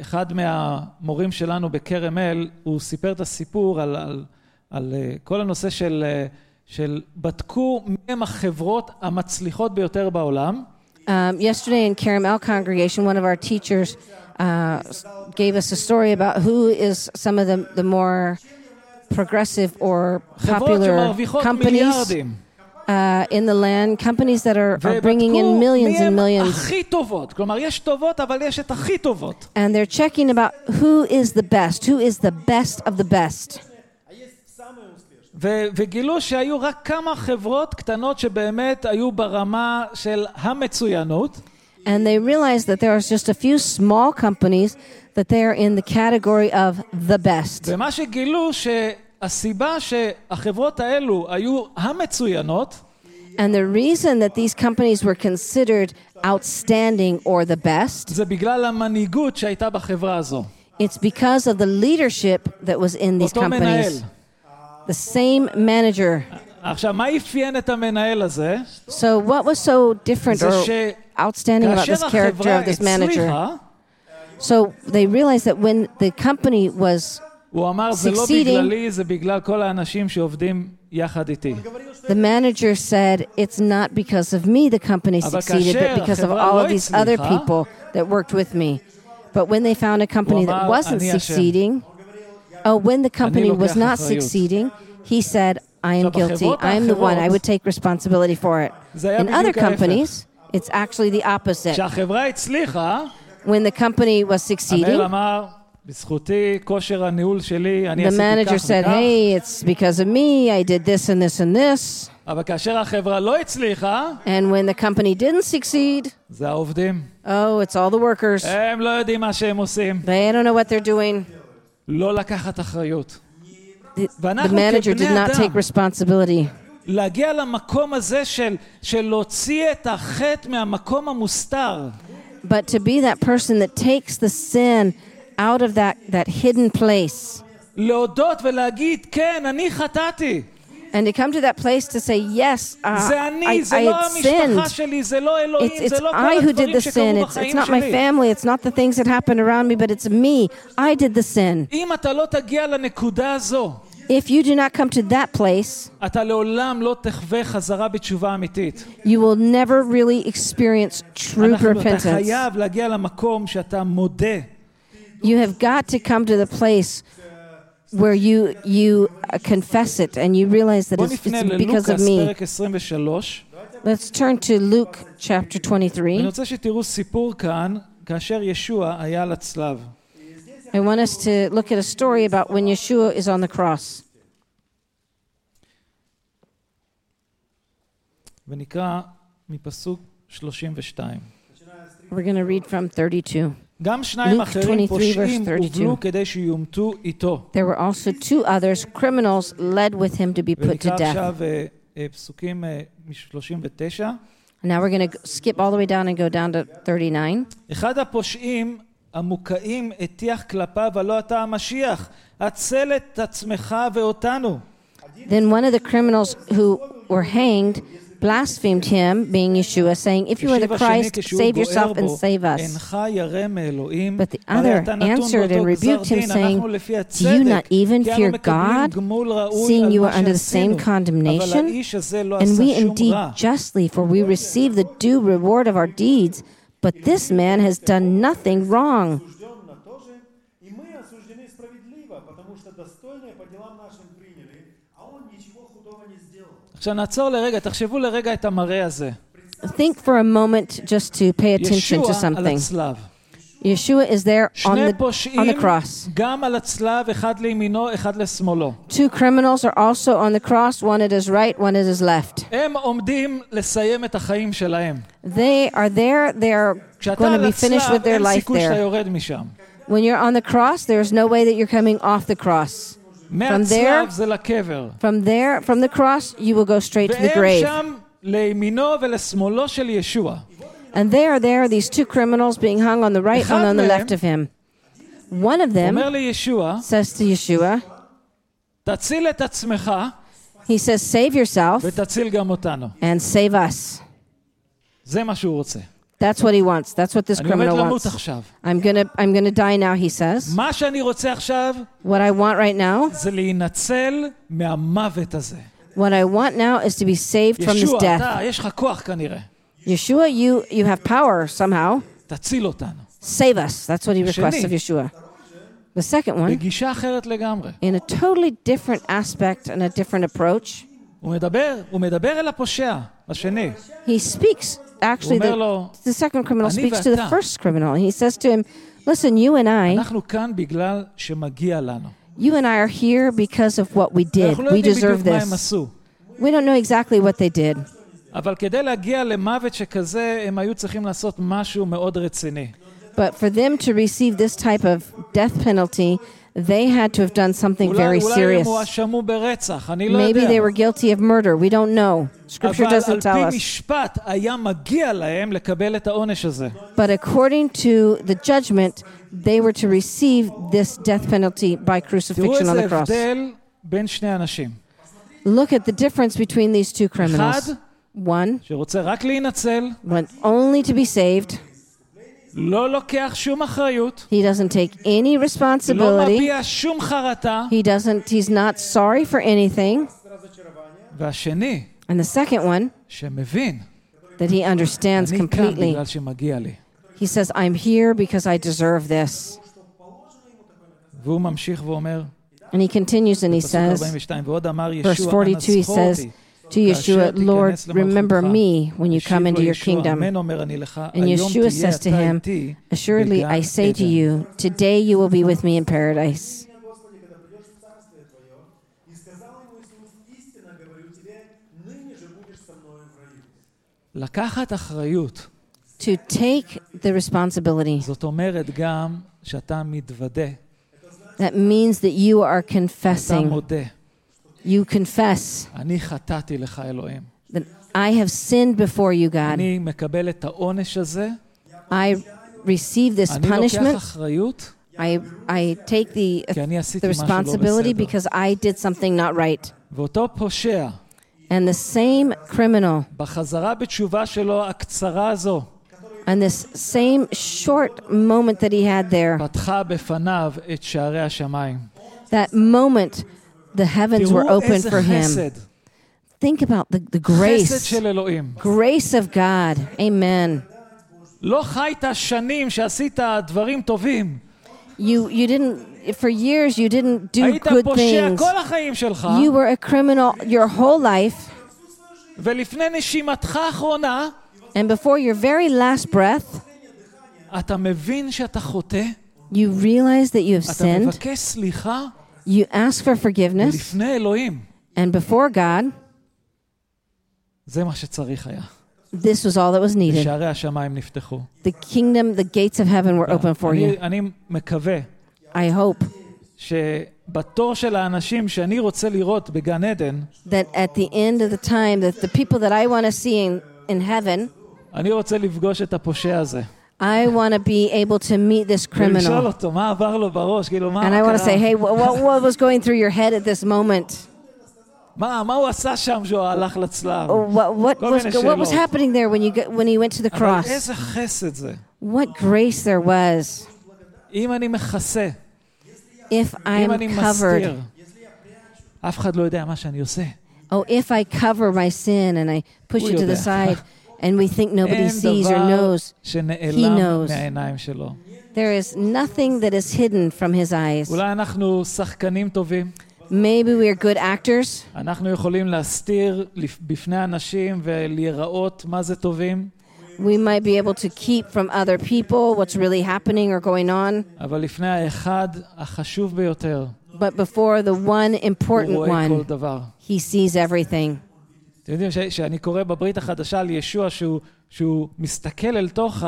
[SPEAKER 1] אחד מהמורים שלנו בכרם אל, הוא סיפר את הסיפור על, על, על אה, כל הנושא של, אה, של בדקו מהם החברות המצליחות biyoter בעולם,
[SPEAKER 2] Um, yesterday in Caramel congregation, one of our teachers uh, s- gave us a story about who is some of the, the more progressive or
[SPEAKER 1] חברות
[SPEAKER 2] popular
[SPEAKER 1] שמרוויחות
[SPEAKER 2] companies
[SPEAKER 1] מיליארדים.
[SPEAKER 2] uh, in the land, companies that are, are bringing in
[SPEAKER 1] ובדקו
[SPEAKER 2] millions and
[SPEAKER 1] מיהם
[SPEAKER 2] millions.
[SPEAKER 1] הכי טובות. כלומר, יש טובות, אבל יש את הכי טובות.
[SPEAKER 2] And they're checking about who is the best, who is the best of the best.
[SPEAKER 3] А есть самые успешные.
[SPEAKER 1] ו- וגילו שהיו רק כמה חברות קטנות שבאמת היו ברמה של המצוינות.
[SPEAKER 2] And they realized that there was just a few small companies that they are in the category of the best.
[SPEAKER 1] ומה שגילו שהסיבה שהחברות האלו היו המצוינות,
[SPEAKER 2] And the reason that these companies were considered outstanding or the best,
[SPEAKER 1] זה בגלל המנהיגות שהייתה בחברה הזו.
[SPEAKER 2] it's because of the leadership that was in these
[SPEAKER 1] אותו מנהל.
[SPEAKER 2] companies. The same manager.
[SPEAKER 1] עכשיו, מה אפיין את המנהל הזה?
[SPEAKER 2] So, what was so different
[SPEAKER 1] זה
[SPEAKER 2] or outstanding about
[SPEAKER 1] שכאשר
[SPEAKER 2] this character
[SPEAKER 1] החברה
[SPEAKER 2] of this manager?
[SPEAKER 1] הצליחה,
[SPEAKER 2] So, they realized that when the company was,
[SPEAKER 1] הוא אמר, זה לא
[SPEAKER 2] Succeeding.
[SPEAKER 1] בגללי, זה בגלל כל האנשים שעובדים יחד איתי.
[SPEAKER 2] the manager said, It's not because of me the company
[SPEAKER 1] אבל
[SPEAKER 2] succeeded,
[SPEAKER 1] כאשר
[SPEAKER 2] but because of
[SPEAKER 1] החברה
[SPEAKER 2] all
[SPEAKER 1] לא
[SPEAKER 2] of these other
[SPEAKER 1] הצליחה,
[SPEAKER 2] people that worked with me. But when they found a
[SPEAKER 1] הוא
[SPEAKER 2] company that
[SPEAKER 1] אמר,
[SPEAKER 2] wasn't
[SPEAKER 1] "אני אשם."
[SPEAKER 2] succeeding, Oh, when the company was
[SPEAKER 1] לוקח
[SPEAKER 2] not
[SPEAKER 1] אחריות.
[SPEAKER 2] succeeding, he said, I am
[SPEAKER 1] עכשיו,
[SPEAKER 2] guilty.
[SPEAKER 1] בחברות
[SPEAKER 2] I am the one. I
[SPEAKER 1] האחרות-
[SPEAKER 2] would take responsibility for it.
[SPEAKER 1] זה היה
[SPEAKER 2] In other
[SPEAKER 1] בדיוק ההפך.
[SPEAKER 2] companies, it's actually the opposite.
[SPEAKER 1] כשהחברה הצליחה,
[SPEAKER 2] When the company was
[SPEAKER 1] המנהל
[SPEAKER 2] succeeding,
[SPEAKER 1] אמר, בזכותי, כושר הניהול שלי, אני
[SPEAKER 2] the
[SPEAKER 1] עשיתי כך
[SPEAKER 2] manager said,
[SPEAKER 1] וכך,
[SPEAKER 2] Hey, it's because of me. I did this and this and this.
[SPEAKER 1] אבל כאשר החברה לא הצליחה,
[SPEAKER 2] And when the company didn't succeed,
[SPEAKER 1] זה העובדים.
[SPEAKER 2] oh, it's all the workers.
[SPEAKER 1] הם לא יודעים מה שהם עושים.
[SPEAKER 2] They don't know what they're doing.
[SPEAKER 1] לא לקחת אחריות.
[SPEAKER 2] The, the
[SPEAKER 1] ואנחנו
[SPEAKER 2] manager did
[SPEAKER 1] כבני
[SPEAKER 2] not
[SPEAKER 1] אדם,
[SPEAKER 2] take responsibility.
[SPEAKER 1] להגיע למקום הזה של, של להוציא את החטא מהמקום המוסתר.
[SPEAKER 2] But to be that person that takes the sin out of that, that hidden place.
[SPEAKER 1] להודות ולהגיד, כן, אני חטאתי.
[SPEAKER 2] And to come to that place to say, yes, uh,
[SPEAKER 1] זה
[SPEAKER 2] I,
[SPEAKER 1] אני, זה
[SPEAKER 2] I
[SPEAKER 1] לא
[SPEAKER 2] had
[SPEAKER 1] המשפחה
[SPEAKER 2] sinned.
[SPEAKER 1] שלי, זה לא אלוהים,
[SPEAKER 2] It's, it's
[SPEAKER 1] זה לא
[SPEAKER 2] I
[SPEAKER 1] כל
[SPEAKER 2] who did
[SPEAKER 1] הדברים
[SPEAKER 2] the sin.
[SPEAKER 1] שקרו
[SPEAKER 2] It's, it's
[SPEAKER 1] בחיים
[SPEAKER 2] not my
[SPEAKER 1] שלי.
[SPEAKER 2] family. It's not the things that happened around me, but it's me. I did the sin.
[SPEAKER 1] אם אתה לא תגיע לנקודה הזו,
[SPEAKER 2] If you do not come to that place,
[SPEAKER 1] אתה לעולם לא תחווה חזרה בתשובה אמיתית.
[SPEAKER 2] you will never really experience true
[SPEAKER 1] אנחנו, אתה
[SPEAKER 2] repentance.
[SPEAKER 1] חייב להגיע למקום שאתה מודה.
[SPEAKER 2] You have got to come to the place where you you uh, confess it and you realize that
[SPEAKER 1] בוא
[SPEAKER 2] it's,
[SPEAKER 1] נפנה
[SPEAKER 2] it's because of
[SPEAKER 1] ללוקאס,
[SPEAKER 2] me.
[SPEAKER 1] פרק 23.
[SPEAKER 2] Let's turn to Luke chapter
[SPEAKER 1] אני
[SPEAKER 2] 23.
[SPEAKER 1] רוצה שתראו סיפור כאן, כאשר ישוע היה על הצלב.
[SPEAKER 2] I want us to look at a story about when Yeshua is on the cross.
[SPEAKER 1] ונקרא מפסוק 32.
[SPEAKER 2] We're going to read from 32.
[SPEAKER 1] גם שניים
[SPEAKER 2] Luke
[SPEAKER 1] אחרים
[SPEAKER 2] 23 verse
[SPEAKER 1] פושעים
[SPEAKER 2] 32.
[SPEAKER 1] הובלו כדי שיומתו איתו.
[SPEAKER 2] There were also two others, criminals, led with him to be put to
[SPEAKER 1] ונקרא
[SPEAKER 2] death.
[SPEAKER 1] עכשיו אה, אה, פסוקים מ-39.
[SPEAKER 2] Now we're going to skip all the way down and go down to 39.
[SPEAKER 1] אחד הפושעים המוקעים הטיח כלפיו, הלא אתה המשיח, הצל את עצמך ואותנו.
[SPEAKER 2] Then one of the criminals who were hanged blasphemed him, being Yeshua, saying, If you are the
[SPEAKER 1] השיב השני
[SPEAKER 2] Christ,
[SPEAKER 1] כשהוא
[SPEAKER 2] save
[SPEAKER 1] בוער
[SPEAKER 2] yourself and
[SPEAKER 1] בו,
[SPEAKER 2] save us.
[SPEAKER 1] אינך ירא מאלוהים,
[SPEAKER 2] But the
[SPEAKER 1] הרי
[SPEAKER 2] other
[SPEAKER 1] אתה נתון
[SPEAKER 2] answered and
[SPEAKER 1] באותו גזר
[SPEAKER 2] rebuked him,
[SPEAKER 1] דין,
[SPEAKER 2] saying,
[SPEAKER 1] אנחנו לפי
[SPEAKER 2] "Do you
[SPEAKER 1] הצדק,
[SPEAKER 2] not even
[SPEAKER 1] כי אנו
[SPEAKER 2] fear
[SPEAKER 1] מקבלים
[SPEAKER 2] God,
[SPEAKER 1] גמול ראוי
[SPEAKER 2] seeing
[SPEAKER 1] על
[SPEAKER 2] you
[SPEAKER 1] מה
[SPEAKER 2] are under the
[SPEAKER 1] שעשינו."
[SPEAKER 2] same condemnation?
[SPEAKER 1] אבל האיש הזה לא
[SPEAKER 2] And
[SPEAKER 1] עשה
[SPEAKER 2] we
[SPEAKER 1] שום
[SPEAKER 2] indeed
[SPEAKER 1] רע.
[SPEAKER 2] justly, for we receive the due reward of our deeds. But this man has done nothing wrong.
[SPEAKER 3] осужденно тоже, и мы осуждены справедливо, потому что достойное по делам нашим приняли, а он ничего худого не сделал.
[SPEAKER 1] עכשיו נעצור לרגע, תחשבו לרגע את המראה הזה.
[SPEAKER 2] Think for a moment just to pay attention to
[SPEAKER 1] ישוע על
[SPEAKER 2] something.
[SPEAKER 1] הצלב.
[SPEAKER 2] Yeshua is there on
[SPEAKER 1] שני
[SPEAKER 2] the, on the
[SPEAKER 1] פושעים,
[SPEAKER 2] cross.
[SPEAKER 1] גם על הצלב, אחד לימינו, אחד לשמאלו.
[SPEAKER 2] Two criminals are also on the cross, one at his right, one at his left.
[SPEAKER 1] הם עומדים לסיים את החיים שלהם.
[SPEAKER 2] They are there, they are
[SPEAKER 1] כשאתה
[SPEAKER 2] going to
[SPEAKER 1] על
[SPEAKER 2] be finished with
[SPEAKER 1] הצלב,
[SPEAKER 2] their
[SPEAKER 1] אין
[SPEAKER 2] life
[SPEAKER 1] סיכוי שאתה
[SPEAKER 2] there.
[SPEAKER 1] יורד משם.
[SPEAKER 2] When you're on the cross, there's no way that you're coming off the cross.
[SPEAKER 1] מהצלב זה לקבר.
[SPEAKER 2] From there, from the cross, you will go straight to the
[SPEAKER 1] והם
[SPEAKER 2] grave.
[SPEAKER 1] שם לימינו ולשמאלו של ישוע.
[SPEAKER 2] And there, there are these two criminals being hung on the right
[SPEAKER 1] אחד
[SPEAKER 2] and on the
[SPEAKER 1] מהם-
[SPEAKER 2] left of him. One of
[SPEAKER 1] אומר
[SPEAKER 2] them
[SPEAKER 1] לי ישוע,
[SPEAKER 2] says to Yeshua,
[SPEAKER 1] תציל את עצמך
[SPEAKER 2] He says, Save yourself
[SPEAKER 1] ותציל גם אותנו.
[SPEAKER 2] and save us.
[SPEAKER 1] זה מה שהוא רוצה.
[SPEAKER 2] That's what he wants. That's what this
[SPEAKER 1] אני עומד
[SPEAKER 2] criminal
[SPEAKER 1] למות
[SPEAKER 2] wants.
[SPEAKER 1] עכשיו.
[SPEAKER 2] I'm gonna I'm gonna die now, he says.
[SPEAKER 1] מה שאני רוצה עכשיו
[SPEAKER 2] What I want right now,
[SPEAKER 1] זה להינצל מהמוות הזה.
[SPEAKER 2] what I want now is to be saved from this
[SPEAKER 1] ישוע,
[SPEAKER 2] death.
[SPEAKER 1] אתה, יש לך כוח כנראה.
[SPEAKER 2] Yeshua, you you have power somehow.
[SPEAKER 1] תציל אותנו.
[SPEAKER 2] Save us. That's what he requests of
[SPEAKER 1] Sheni.
[SPEAKER 2] Yeshua. The second one,
[SPEAKER 1] בגישה אחרת לגמרי.
[SPEAKER 2] in a totally different aspect and a different approach,
[SPEAKER 1] הוא מדבר, הוא מדבר אל הפושע, השני.
[SPEAKER 2] he speaks actually
[SPEAKER 1] אומר
[SPEAKER 2] the,
[SPEAKER 1] לו,
[SPEAKER 2] the second criminal
[SPEAKER 1] "אני
[SPEAKER 2] speaks to the
[SPEAKER 1] ואתה."
[SPEAKER 2] first criminal and he says to him, Listen, you and I
[SPEAKER 1] אנחנו כאן בגלל שמגיע לנו.
[SPEAKER 2] you and I are here because of what we did.
[SPEAKER 1] אנחנו לא
[SPEAKER 2] We
[SPEAKER 1] יודעים
[SPEAKER 2] deserve
[SPEAKER 1] בדיוק מה הם
[SPEAKER 2] this.
[SPEAKER 1] עשו.
[SPEAKER 2] We don't know exactly what they did.
[SPEAKER 1] אבל כדי להגיע למוות שכזה, הם היו צריכים לעשות משהו מאוד רציני.
[SPEAKER 2] But for them to receive this type of death penalty, they had to have done something
[SPEAKER 1] אולי,
[SPEAKER 2] very
[SPEAKER 1] אולי הם
[SPEAKER 2] serious.
[SPEAKER 1] הואשמו ברצח, אני לא
[SPEAKER 2] Maybe
[SPEAKER 1] יודע.
[SPEAKER 2] they were guilty of murder. We don't know. Scripture
[SPEAKER 1] אבל על
[SPEAKER 2] doesn't tell
[SPEAKER 1] פי
[SPEAKER 2] us.
[SPEAKER 1] משפט היה מגיע להם לקבל את העונש הזה.
[SPEAKER 2] But according to the judgment, they were to receive this death penalty by
[SPEAKER 1] תראו
[SPEAKER 2] crucifixion on
[SPEAKER 1] איזה
[SPEAKER 2] the cross.
[SPEAKER 1] הבדל בין שני אנשים.
[SPEAKER 2] Look at the difference between these two criminals.
[SPEAKER 1] אחד
[SPEAKER 2] One
[SPEAKER 1] שרוצה רק להינצל,
[SPEAKER 2] went only to be saved.
[SPEAKER 1] לא לוקח שום אחריות,
[SPEAKER 2] He doesn't take any
[SPEAKER 1] לא
[SPEAKER 2] responsibility.
[SPEAKER 1] מביע שום חרטה,
[SPEAKER 2] He doesn't. He's not sorry for anything.
[SPEAKER 1] והשני,
[SPEAKER 2] And the second one,
[SPEAKER 1] שמבין,
[SPEAKER 2] that he understands
[SPEAKER 1] אני כאן
[SPEAKER 2] completely.
[SPEAKER 1] בגלל שמגיע לי.
[SPEAKER 2] He says, I'm here because I deserve this.
[SPEAKER 1] והוא ממשיך ואומר,
[SPEAKER 2] And he continues and he
[SPEAKER 1] פסוק
[SPEAKER 2] says,
[SPEAKER 1] 42, ועוד אמר
[SPEAKER 2] verse
[SPEAKER 1] ישוע, אנא
[SPEAKER 2] 42, he
[SPEAKER 1] זכור
[SPEAKER 2] says
[SPEAKER 1] אותי.
[SPEAKER 2] to Yeshua, Lord, remember me when you come into your
[SPEAKER 1] אמן
[SPEAKER 2] kingdom.
[SPEAKER 1] אומר אני לך,
[SPEAKER 2] And
[SPEAKER 1] היום
[SPEAKER 2] Yeshua
[SPEAKER 1] תהיה
[SPEAKER 2] says to
[SPEAKER 1] אתה
[SPEAKER 2] him,
[SPEAKER 1] איתי
[SPEAKER 2] Assuredly,
[SPEAKER 1] בגן
[SPEAKER 2] I say to
[SPEAKER 1] עדן."
[SPEAKER 2] you, today you will be with me in paradise.
[SPEAKER 3] Господи, когда придешь в Царствие Твое, и сказал ему Иисус, истинно говорю тебе, ныне же будешь со мною в раю.
[SPEAKER 1] לקחת אחריות,
[SPEAKER 2] To take the responsibility.
[SPEAKER 1] זאת אומרת גם שאתה מתוודה,
[SPEAKER 2] That means that you are
[SPEAKER 1] אתה
[SPEAKER 2] confessing.
[SPEAKER 1] מודה,
[SPEAKER 2] You confess
[SPEAKER 1] אני חטאתי לך אלוהים.
[SPEAKER 2] that I have sinned before you, God.
[SPEAKER 1] אני מקבל את העונש הזה,
[SPEAKER 2] I receive this
[SPEAKER 1] אני לוקח
[SPEAKER 2] punishment.
[SPEAKER 1] אחריות,
[SPEAKER 2] I, I take the
[SPEAKER 1] כי אני עשיתי
[SPEAKER 2] the
[SPEAKER 1] משהו לא
[SPEAKER 2] responsibility
[SPEAKER 1] בסדר.
[SPEAKER 2] because I did something not right.
[SPEAKER 1] ואותו פושע,
[SPEAKER 2] And the same criminal
[SPEAKER 1] בחזרה בתשובה שלו הקצרה הזו,
[SPEAKER 2] and this same short moment that he had there,
[SPEAKER 1] פתחה בפניו את שערי השמיים.
[SPEAKER 2] that moment, the heavens were
[SPEAKER 1] תראו
[SPEAKER 2] open
[SPEAKER 1] איזה
[SPEAKER 2] for him.
[SPEAKER 1] חסד,
[SPEAKER 2] Think about the, the
[SPEAKER 1] חסד
[SPEAKER 2] grace,
[SPEAKER 1] של אלוהים.
[SPEAKER 2] grace of God. Amen.
[SPEAKER 1] לא חיית שנים שעשית דברים טובים.
[SPEAKER 2] You, you didn't, for years, you didn't do
[SPEAKER 1] היית
[SPEAKER 2] good
[SPEAKER 1] פושע
[SPEAKER 2] things.
[SPEAKER 1] כל החיים שלך,
[SPEAKER 2] You were a criminal your whole life,
[SPEAKER 1] ולפני נשימתך האחרונה,
[SPEAKER 2] and before your very last breath,
[SPEAKER 1] אתה מבין שאתה חוטא,
[SPEAKER 2] you realize that you have
[SPEAKER 1] אתה
[SPEAKER 2] sinned.
[SPEAKER 1] מבקש סליחה
[SPEAKER 2] You ask for forgiveness,
[SPEAKER 1] לפני אלוהים.
[SPEAKER 2] and before God,
[SPEAKER 1] זה מה שצריך היה.
[SPEAKER 2] This was all that was needed.
[SPEAKER 1] ושערי השמיים נפתחו.
[SPEAKER 2] The kingdom, the gates of heaven were open for
[SPEAKER 1] אני-
[SPEAKER 2] you.
[SPEAKER 1] אני מקווה
[SPEAKER 2] I hope
[SPEAKER 1] שבתור של האנשים שאני רוצה לראות בגן עדן,
[SPEAKER 2] that at the end of the time, that the people that I want to see in, in heaven,
[SPEAKER 1] אני רוצה לפגוש את הפושע הזה.
[SPEAKER 2] I want to be able to meet this
[SPEAKER 1] ולשאול
[SPEAKER 2] criminal.
[SPEAKER 1] אותו מה עבר לו בראש, כאילו מה
[SPEAKER 2] And I
[SPEAKER 1] מה
[SPEAKER 2] want to
[SPEAKER 1] קרה,
[SPEAKER 2] say, hey, wh- what, what was going through your head at this moment?
[SPEAKER 1] מה מה הוא עשה שם שהוא הלך לצלב.
[SPEAKER 2] Or Oh, What, what,
[SPEAKER 1] כל
[SPEAKER 2] was,
[SPEAKER 1] מיני
[SPEAKER 2] go- what was
[SPEAKER 1] שאלות.
[SPEAKER 2] happening there when, you got, when he went to the
[SPEAKER 1] אבל
[SPEAKER 2] cross?
[SPEAKER 1] איזה חסד זה.
[SPEAKER 2] What grace there was.
[SPEAKER 1] אם אני מכסה,
[SPEAKER 2] If
[SPEAKER 1] אם אני
[SPEAKER 2] I'm
[SPEAKER 1] מסתיר,
[SPEAKER 2] covered.
[SPEAKER 1] אף אחד לא יודע מה שאני עושה.
[SPEAKER 2] Oh, if I cover my sin and I push
[SPEAKER 1] הוא
[SPEAKER 2] it to the
[SPEAKER 1] יודע.
[SPEAKER 2] *laughs* side and we think nobody
[SPEAKER 1] אין
[SPEAKER 2] sees or
[SPEAKER 1] דבר
[SPEAKER 2] knows, He
[SPEAKER 1] שנעלם
[SPEAKER 2] knows.
[SPEAKER 1] מהעיניים שלו.
[SPEAKER 2] there is nothing that is hidden from his eyes.
[SPEAKER 1] אולי אנחנו שחקנים טובים,
[SPEAKER 2] Maybe we are good actors.
[SPEAKER 1] אנחנו יכולים להסתיר לפ- בפני אנשים ולהיראות מה זה טובים,
[SPEAKER 2] We might be able to keep from other people what's really happening or going on.
[SPEAKER 1] אבל לפני האחד החשוב ביותר,
[SPEAKER 2] But before the one
[SPEAKER 1] הוא
[SPEAKER 2] important
[SPEAKER 1] רואה כל
[SPEAKER 2] one,
[SPEAKER 1] דבר.
[SPEAKER 2] he sees everything.
[SPEAKER 1] אתם יודעים ש- שאני קורא בברית החדשה על ישוע שהוא, שהוא מסתכל אל תוך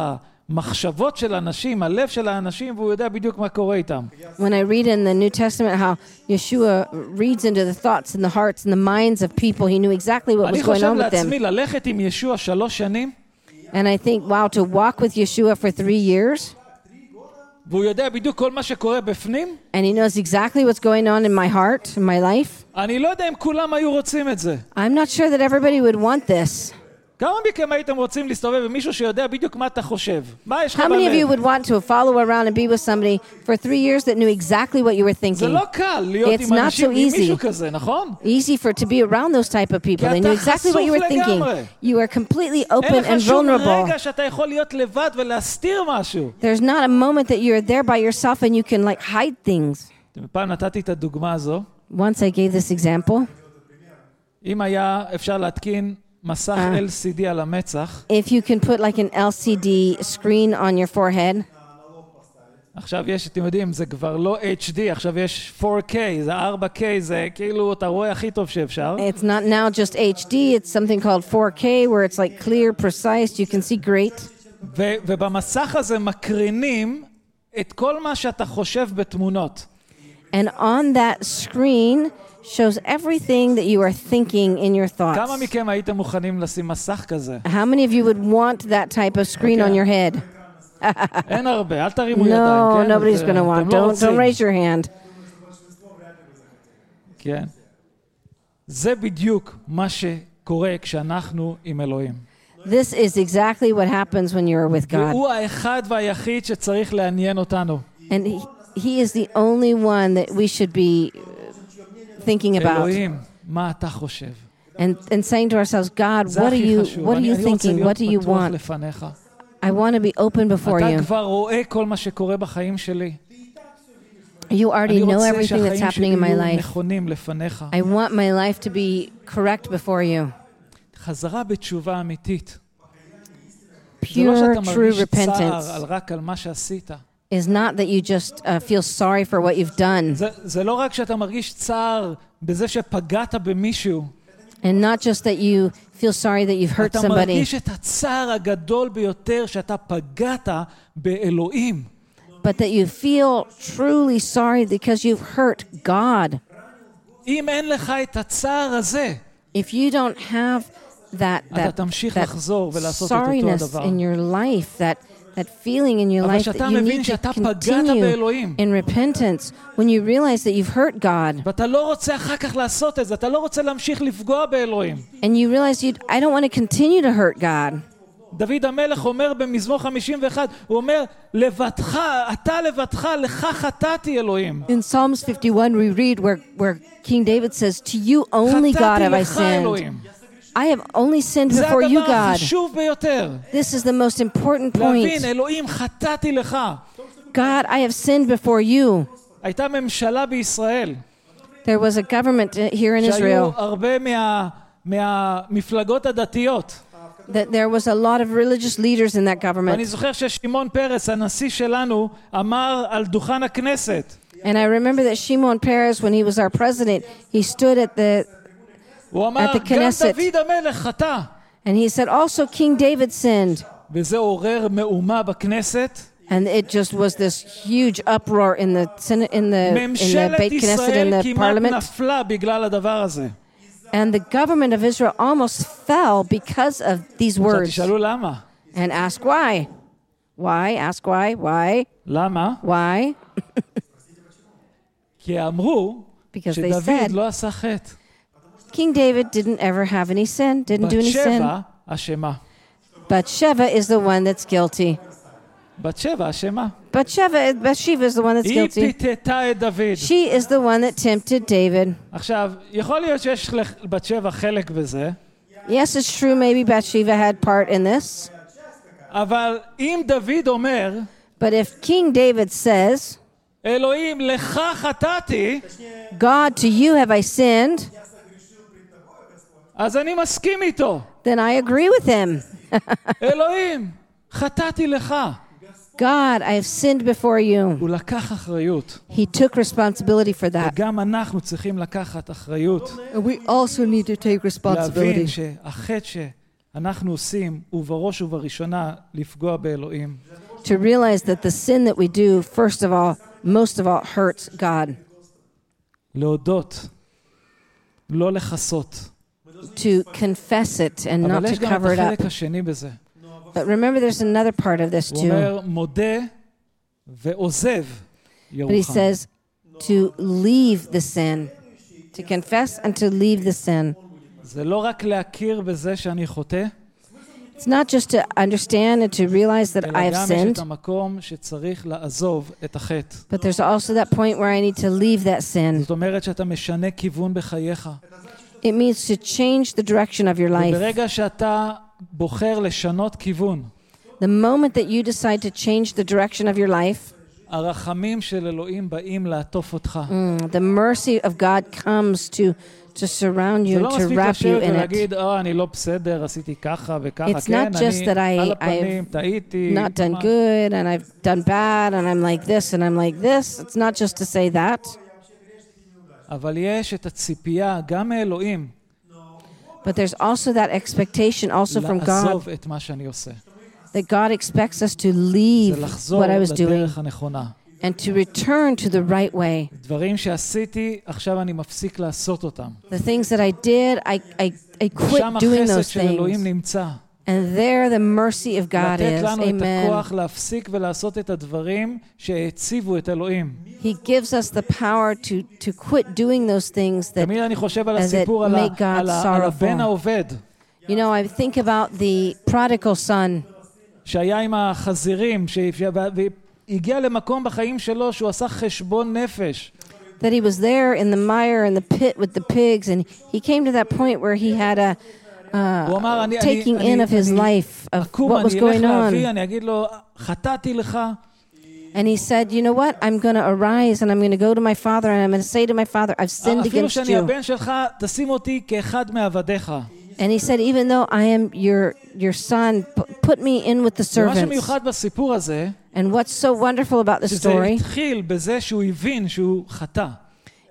[SPEAKER 1] המחשבות של אנשים, הלב של האנשים, והוא יודע בדיוק מה קורה איתם.
[SPEAKER 2] When I read in the New Testament how Yeshua reads into the thoughts and the hearts and the minds of people, he knew exactly what was
[SPEAKER 1] אני
[SPEAKER 2] going
[SPEAKER 1] חושב
[SPEAKER 2] on with them.
[SPEAKER 1] לעצמי, ללכת עם ישוע שלוש שנים,
[SPEAKER 2] And I think, wow, to walk with Yeshua for three years,
[SPEAKER 1] והוא יודע בדיוק כל מה שקורה בפנים,
[SPEAKER 2] and he knows exactly what's going on in my heart, in my life.
[SPEAKER 1] אני לא יודע אם כולם היו רוצים את זה.
[SPEAKER 2] I'm not sure that everybody would want this.
[SPEAKER 1] כמה מכם הייתם רוצים להסתובב עם מישהו שיודע בדיוק מה אתה חושב? מה יש לך
[SPEAKER 2] How many of you
[SPEAKER 1] בלב?
[SPEAKER 2] would want to follow around and be with somebody for three years that knew exactly what you were
[SPEAKER 1] זה
[SPEAKER 2] thinking?
[SPEAKER 1] לא קל להיות
[SPEAKER 2] It's
[SPEAKER 1] עם
[SPEAKER 2] not
[SPEAKER 1] אנשים,
[SPEAKER 2] so
[SPEAKER 1] עם מישהו
[SPEAKER 2] easy.
[SPEAKER 1] כזה, נכון?
[SPEAKER 2] Easy for to be around those type of people.
[SPEAKER 1] כי
[SPEAKER 2] They
[SPEAKER 1] אתה
[SPEAKER 2] knew exactly what you
[SPEAKER 1] חשוף
[SPEAKER 2] were thinking.
[SPEAKER 1] לגמרי.
[SPEAKER 2] You are completely
[SPEAKER 1] אין
[SPEAKER 2] open
[SPEAKER 1] לך
[SPEAKER 2] and
[SPEAKER 1] שום
[SPEAKER 2] vulnerable.
[SPEAKER 1] רגע שאתה יכול להיות לבד ולהסתיר משהו.
[SPEAKER 2] There's not a moment that you're there by yourself and you can like hide things.
[SPEAKER 1] פעם נתתי את הדוגמה הזו.
[SPEAKER 2] Once I gave this example.
[SPEAKER 1] אם היה אפשר להתקין מסך
[SPEAKER 2] אה.
[SPEAKER 1] LCD על המצח,
[SPEAKER 2] If you can put like an LCD screen on your forehead,
[SPEAKER 1] עכשיו יש, אתם יודעים, זה כבר לא HD, עכשיו יש 4K, זה 4K, זה כאילו, אתה רואה הכי טוב שאפשר.
[SPEAKER 2] it's not now just HD, it's something called 4K where it's like clear, precise, you can see great.
[SPEAKER 1] ו- ובמסך הזה מקרינים את כל מה שאתה חושב בתמונות.
[SPEAKER 2] אה. And on that screen shows everything that you are thinking in
[SPEAKER 1] כמה
[SPEAKER 2] your thoughts.
[SPEAKER 1] מכם הייתם מוכנים לשים מסך כזה?
[SPEAKER 2] How many of you would want that type of screen on
[SPEAKER 1] Okay.
[SPEAKER 2] your head?
[SPEAKER 1] אין הרבה, אל תרימו ידיים,
[SPEAKER 2] אה. No,
[SPEAKER 1] כן?
[SPEAKER 2] nobody's
[SPEAKER 1] זה-
[SPEAKER 2] going to
[SPEAKER 1] אתם
[SPEAKER 2] want.
[SPEAKER 1] לא
[SPEAKER 2] Don't
[SPEAKER 1] רוצים.
[SPEAKER 2] don't raise your hand.
[SPEAKER 1] כן. זה בדיוק מה שקורה כשאנחנו עם אלוהים.
[SPEAKER 2] This is exactly what happens when you're with God.
[SPEAKER 1] והוא האחד והיחיד שצריך לעניין אותנו.
[SPEAKER 2] And he, he is the only one that we should be uh, thinking about
[SPEAKER 1] אלוהים, מה אתה חושב?
[SPEAKER 2] and, and saying to ourselves, God,
[SPEAKER 1] זה
[SPEAKER 2] what are
[SPEAKER 1] הכי
[SPEAKER 2] you
[SPEAKER 1] חשוב.
[SPEAKER 2] what are
[SPEAKER 1] אני-
[SPEAKER 2] you
[SPEAKER 1] אני רוצה
[SPEAKER 2] thinking? What
[SPEAKER 1] להיות
[SPEAKER 2] do you
[SPEAKER 1] פתוח
[SPEAKER 2] want?
[SPEAKER 1] לפניך.
[SPEAKER 2] I want to be open before
[SPEAKER 1] אתה
[SPEAKER 2] you.
[SPEAKER 1] כבר רואה כל מה שקורה בחיים שלי.
[SPEAKER 2] You already
[SPEAKER 1] אני
[SPEAKER 2] know
[SPEAKER 1] רוצה
[SPEAKER 2] everything that's
[SPEAKER 1] שהחיים שלי
[SPEAKER 2] happening in my
[SPEAKER 1] יהיו
[SPEAKER 2] life.
[SPEAKER 1] נכונים לפניך.
[SPEAKER 2] I want my life to be correct before you.
[SPEAKER 1] חזרה בתשובה אמיתית. זה לא
[SPEAKER 2] Pure,
[SPEAKER 1] שאתה
[SPEAKER 2] true
[SPEAKER 1] מרגיש צער על-
[SPEAKER 2] repentance
[SPEAKER 1] רק על מה שעשית.
[SPEAKER 2] is not that you just uh, feel sorry for what you've done
[SPEAKER 1] זה, זה לא רק שאתה מרגיש צער בזה שפגעת במישהו,
[SPEAKER 2] and not just that you feel sorry that you've hurt
[SPEAKER 1] אתה
[SPEAKER 2] somebody,
[SPEAKER 1] מרגיש את הצער הגדול ביותר שאתה פגעת באלוהים.
[SPEAKER 2] but that you feel truly sorry because you've hurt God.
[SPEAKER 1] אם אין לך את הצער הזה,
[SPEAKER 2] If you don't have that
[SPEAKER 1] אתה
[SPEAKER 2] that,
[SPEAKER 1] תמשיך
[SPEAKER 2] that
[SPEAKER 1] לחזור ולעשות את אותו
[SPEAKER 2] sorriness
[SPEAKER 1] הדבר.
[SPEAKER 2] in your life, that that feeling in your
[SPEAKER 1] אבל
[SPEAKER 2] life
[SPEAKER 1] כשאתה
[SPEAKER 2] that you
[SPEAKER 1] מבין
[SPEAKER 2] need to
[SPEAKER 1] שאתה פגעת
[SPEAKER 2] continue
[SPEAKER 1] באלוהים,
[SPEAKER 2] in repentance, when you realize that you've hurt God,
[SPEAKER 1] ואתה לא רוצה אחר כך לעשות את זה, אתה לא רוצה להמשיך לפגוע באלוהים.
[SPEAKER 2] and you realize you I don't want to continue to hurt God.
[SPEAKER 1] דוד המלך אומר במזמור 51, הוא אומר, לבדך, אתה לבדך, לך חטאתי אלוהים.
[SPEAKER 2] In Psalms 51, we read where, where King David says, To you only, God,
[SPEAKER 1] חטאתי
[SPEAKER 2] have I
[SPEAKER 1] לך
[SPEAKER 2] sinned.
[SPEAKER 1] אלוהים.
[SPEAKER 2] I have only sinned
[SPEAKER 1] זה
[SPEAKER 2] before you,
[SPEAKER 1] הדבר
[SPEAKER 2] God.
[SPEAKER 1] החשוב ביותר.
[SPEAKER 2] This is the most important
[SPEAKER 1] להבין,
[SPEAKER 2] point.
[SPEAKER 1] אלוהים, חטאתי לך.
[SPEAKER 2] God, I have sinned before you.
[SPEAKER 1] הייתה ממשלה בישראל,
[SPEAKER 2] There was a government uh, here in
[SPEAKER 1] שהיו
[SPEAKER 2] Israel
[SPEAKER 1] הרבה מה, מהמפלגות הדתיות.
[SPEAKER 2] that there was a lot of religious leaders in that
[SPEAKER 1] ואני
[SPEAKER 2] government.
[SPEAKER 1] זוכר ששמעון פרס, הנשיא שלנו, אמר על דוכן הכנסת,
[SPEAKER 2] And I remember that Shimon Peres, when he was our president, he stood at the
[SPEAKER 1] הוא אמר,
[SPEAKER 2] At the
[SPEAKER 1] גם
[SPEAKER 2] Knesset.
[SPEAKER 1] דוד המלך חטא.
[SPEAKER 2] and And he said, also King David sinned.
[SPEAKER 1] וזה עורר מהומה בכנסת.
[SPEAKER 2] And it just was this huge uproar in the Senate, in the in the
[SPEAKER 1] ממשלת
[SPEAKER 2] Beit Knesset, in
[SPEAKER 1] ישראל
[SPEAKER 2] the
[SPEAKER 1] כמעט
[SPEAKER 2] Parliament,
[SPEAKER 1] נפלה בגלל הדבר הזה.
[SPEAKER 2] and the government of Israel almost fell because of these
[SPEAKER 1] עכשיו
[SPEAKER 2] words.
[SPEAKER 1] תשאלו למה.
[SPEAKER 2] And ask why? Why? Ask why? Why?
[SPEAKER 1] למה?
[SPEAKER 2] Why?
[SPEAKER 1] כי אמרו
[SPEAKER 2] Because they
[SPEAKER 1] שדוד
[SPEAKER 2] said
[SPEAKER 1] לא עשה חטא.
[SPEAKER 2] King David didn't ever have any sin, didn't do
[SPEAKER 1] בת
[SPEAKER 2] any sin.
[SPEAKER 1] שבע אשמה.
[SPEAKER 2] Bathsheba is the one that's guilty.
[SPEAKER 1] בת שבע אשמה.
[SPEAKER 2] Bathsheba, Bathsheba is the one that's
[SPEAKER 1] היא
[SPEAKER 2] guilty.
[SPEAKER 1] פיתתה את דוד.
[SPEAKER 2] She is the one that tempted David.
[SPEAKER 1] עכשיו, יכול להיות שיש לבת שבע חלק בזה,
[SPEAKER 2] Yes, it's true. Maybe Bathsheba had part in this,
[SPEAKER 1] אבל אם דוד אומר,
[SPEAKER 2] but if King David says,
[SPEAKER 1] אלוהים, לך חטאתי,
[SPEAKER 2] "God, to you have I sinned,"
[SPEAKER 1] אז אני מסכים איתו.
[SPEAKER 2] then I agree with him.
[SPEAKER 1] אלוהים, חטאתי לך.
[SPEAKER 2] God, I have sinned before you.
[SPEAKER 1] הוא לקח אחריות.
[SPEAKER 2] He took responsibility for that.
[SPEAKER 1] וגם אנחנו צריכים לקחת אחריות,
[SPEAKER 4] And we also need to take
[SPEAKER 1] להבין
[SPEAKER 4] responsibility.
[SPEAKER 1] שהחטא שאנחנו עושים הוא בראש ובראשונה לפגוע באלוהים.
[SPEAKER 2] to realize that the sin that we do, first of all, most of all, hurts God.
[SPEAKER 1] להודות, לא לכסות.
[SPEAKER 2] To confess it and not
[SPEAKER 1] אבל
[SPEAKER 2] to
[SPEAKER 1] יש גם את
[SPEAKER 2] cover it up.
[SPEAKER 1] החלק השני בזה.
[SPEAKER 2] But remember, there's another part of this
[SPEAKER 1] הוא
[SPEAKER 2] too.
[SPEAKER 1] אומר, מודה ועוזב
[SPEAKER 2] But he
[SPEAKER 1] ירוחם.
[SPEAKER 2] says to leave the sin, to confess and to leave the sin.
[SPEAKER 1] זה לא רק להכיר בזה שאני חוטא,
[SPEAKER 2] It's not just to understand and to realize that
[SPEAKER 1] אלא
[SPEAKER 2] I have
[SPEAKER 1] גם יש
[SPEAKER 2] sinned,
[SPEAKER 1] את המקום שצריך לעזוב את החטא.
[SPEAKER 2] but there's also that point where I need to leave that sin.
[SPEAKER 1] זאת אומרת שאתה משנה כיוון בחייך.
[SPEAKER 2] It means to change the direction of your life.
[SPEAKER 1] וברגע שאתה בוחר לשנות כיוון,
[SPEAKER 2] The moment that you decide to change the direction of your life,
[SPEAKER 1] הרחמים של אלוהים באים לעטוף אותך.
[SPEAKER 2] Mm, the mercy of God comes to to
[SPEAKER 1] זה
[SPEAKER 2] surround you
[SPEAKER 1] לא
[SPEAKER 2] and to
[SPEAKER 1] מספיק
[SPEAKER 2] wrap you
[SPEAKER 1] לשבת
[SPEAKER 2] in it.
[SPEAKER 1] ולהגיד, אה, אני לא בסדר, עשיתי ככה וככה.
[SPEAKER 2] It's
[SPEAKER 1] כן,
[SPEAKER 2] not just that
[SPEAKER 1] אני
[SPEAKER 2] I-
[SPEAKER 1] על
[SPEAKER 2] I've
[SPEAKER 1] הפנים, טעיתי.
[SPEAKER 2] Not done
[SPEAKER 1] כלומר,
[SPEAKER 2] good, and I've done bad, and I'm like this, and I'm like this. It's not just to say that,
[SPEAKER 1] אבל יש את הציפייה, גם מאלוהים,
[SPEAKER 2] but there's also that expectation, also from God,
[SPEAKER 1] לעזוב את מה שאני עושה.
[SPEAKER 2] that God expects us to
[SPEAKER 1] זה
[SPEAKER 2] leave
[SPEAKER 1] לחזור
[SPEAKER 2] what I was doing
[SPEAKER 1] לדרך הנכונה.
[SPEAKER 2] and to return to the right way.
[SPEAKER 1] דברים שעשיתי, עכשיו אני מפסיק לעשות אותם.
[SPEAKER 2] The things that I did, I I, I
[SPEAKER 1] שם
[SPEAKER 2] quit doing
[SPEAKER 1] החסד
[SPEAKER 2] those
[SPEAKER 1] של אלוהים
[SPEAKER 2] things,
[SPEAKER 1] נמצא.
[SPEAKER 2] and there the mercy of God
[SPEAKER 1] לתת
[SPEAKER 2] is.
[SPEAKER 1] לנו את
[SPEAKER 2] Amen.
[SPEAKER 1] הכוח להפסיק ולעשות את הדברים שהציבו את אלוהים.
[SPEAKER 2] He gives us the power to to quit doing those things that
[SPEAKER 1] תמיד אני חושב על
[SPEAKER 2] as it
[SPEAKER 1] הסיפור על ה-
[SPEAKER 2] make God
[SPEAKER 1] על ה- על
[SPEAKER 2] sorrowful.
[SPEAKER 1] הבן העובד,
[SPEAKER 2] You know, I think about the prodigal son
[SPEAKER 1] שהיה עם החזירים, ש- ש- והגיע למקום בחיים שלו שהוא עשה חשבון נפש.
[SPEAKER 2] that he was there in the mire in the pit with the pigs, and he came to that point where he had a uh,
[SPEAKER 1] הוא אמר, אני... אני-
[SPEAKER 2] taking
[SPEAKER 1] אני-
[SPEAKER 2] in of his
[SPEAKER 1] אני-
[SPEAKER 2] life of
[SPEAKER 1] אקום,
[SPEAKER 2] what was
[SPEAKER 1] אני אלך
[SPEAKER 2] going
[SPEAKER 1] לאבי,
[SPEAKER 2] on,
[SPEAKER 1] אני אגיד לו, חטאתי לך,
[SPEAKER 2] and he said, "You know what? I'm going to arise, and I'm going to go to my father, and I'm going to say to my father, I've sinned
[SPEAKER 1] אפילו
[SPEAKER 2] against
[SPEAKER 1] שאני
[SPEAKER 2] you."
[SPEAKER 1] הבן שלך, תשים אותי כאחד מעבדיך.
[SPEAKER 2] And he said, "Even though I am your your son, p- put me in with the
[SPEAKER 1] ומה
[SPEAKER 2] servants."
[SPEAKER 1] שמיוחד בסיפור הזה,
[SPEAKER 2] And what's so wonderful about this
[SPEAKER 1] שזה
[SPEAKER 2] story
[SPEAKER 1] התחיל בזה שהוא הבין שהוא חטא.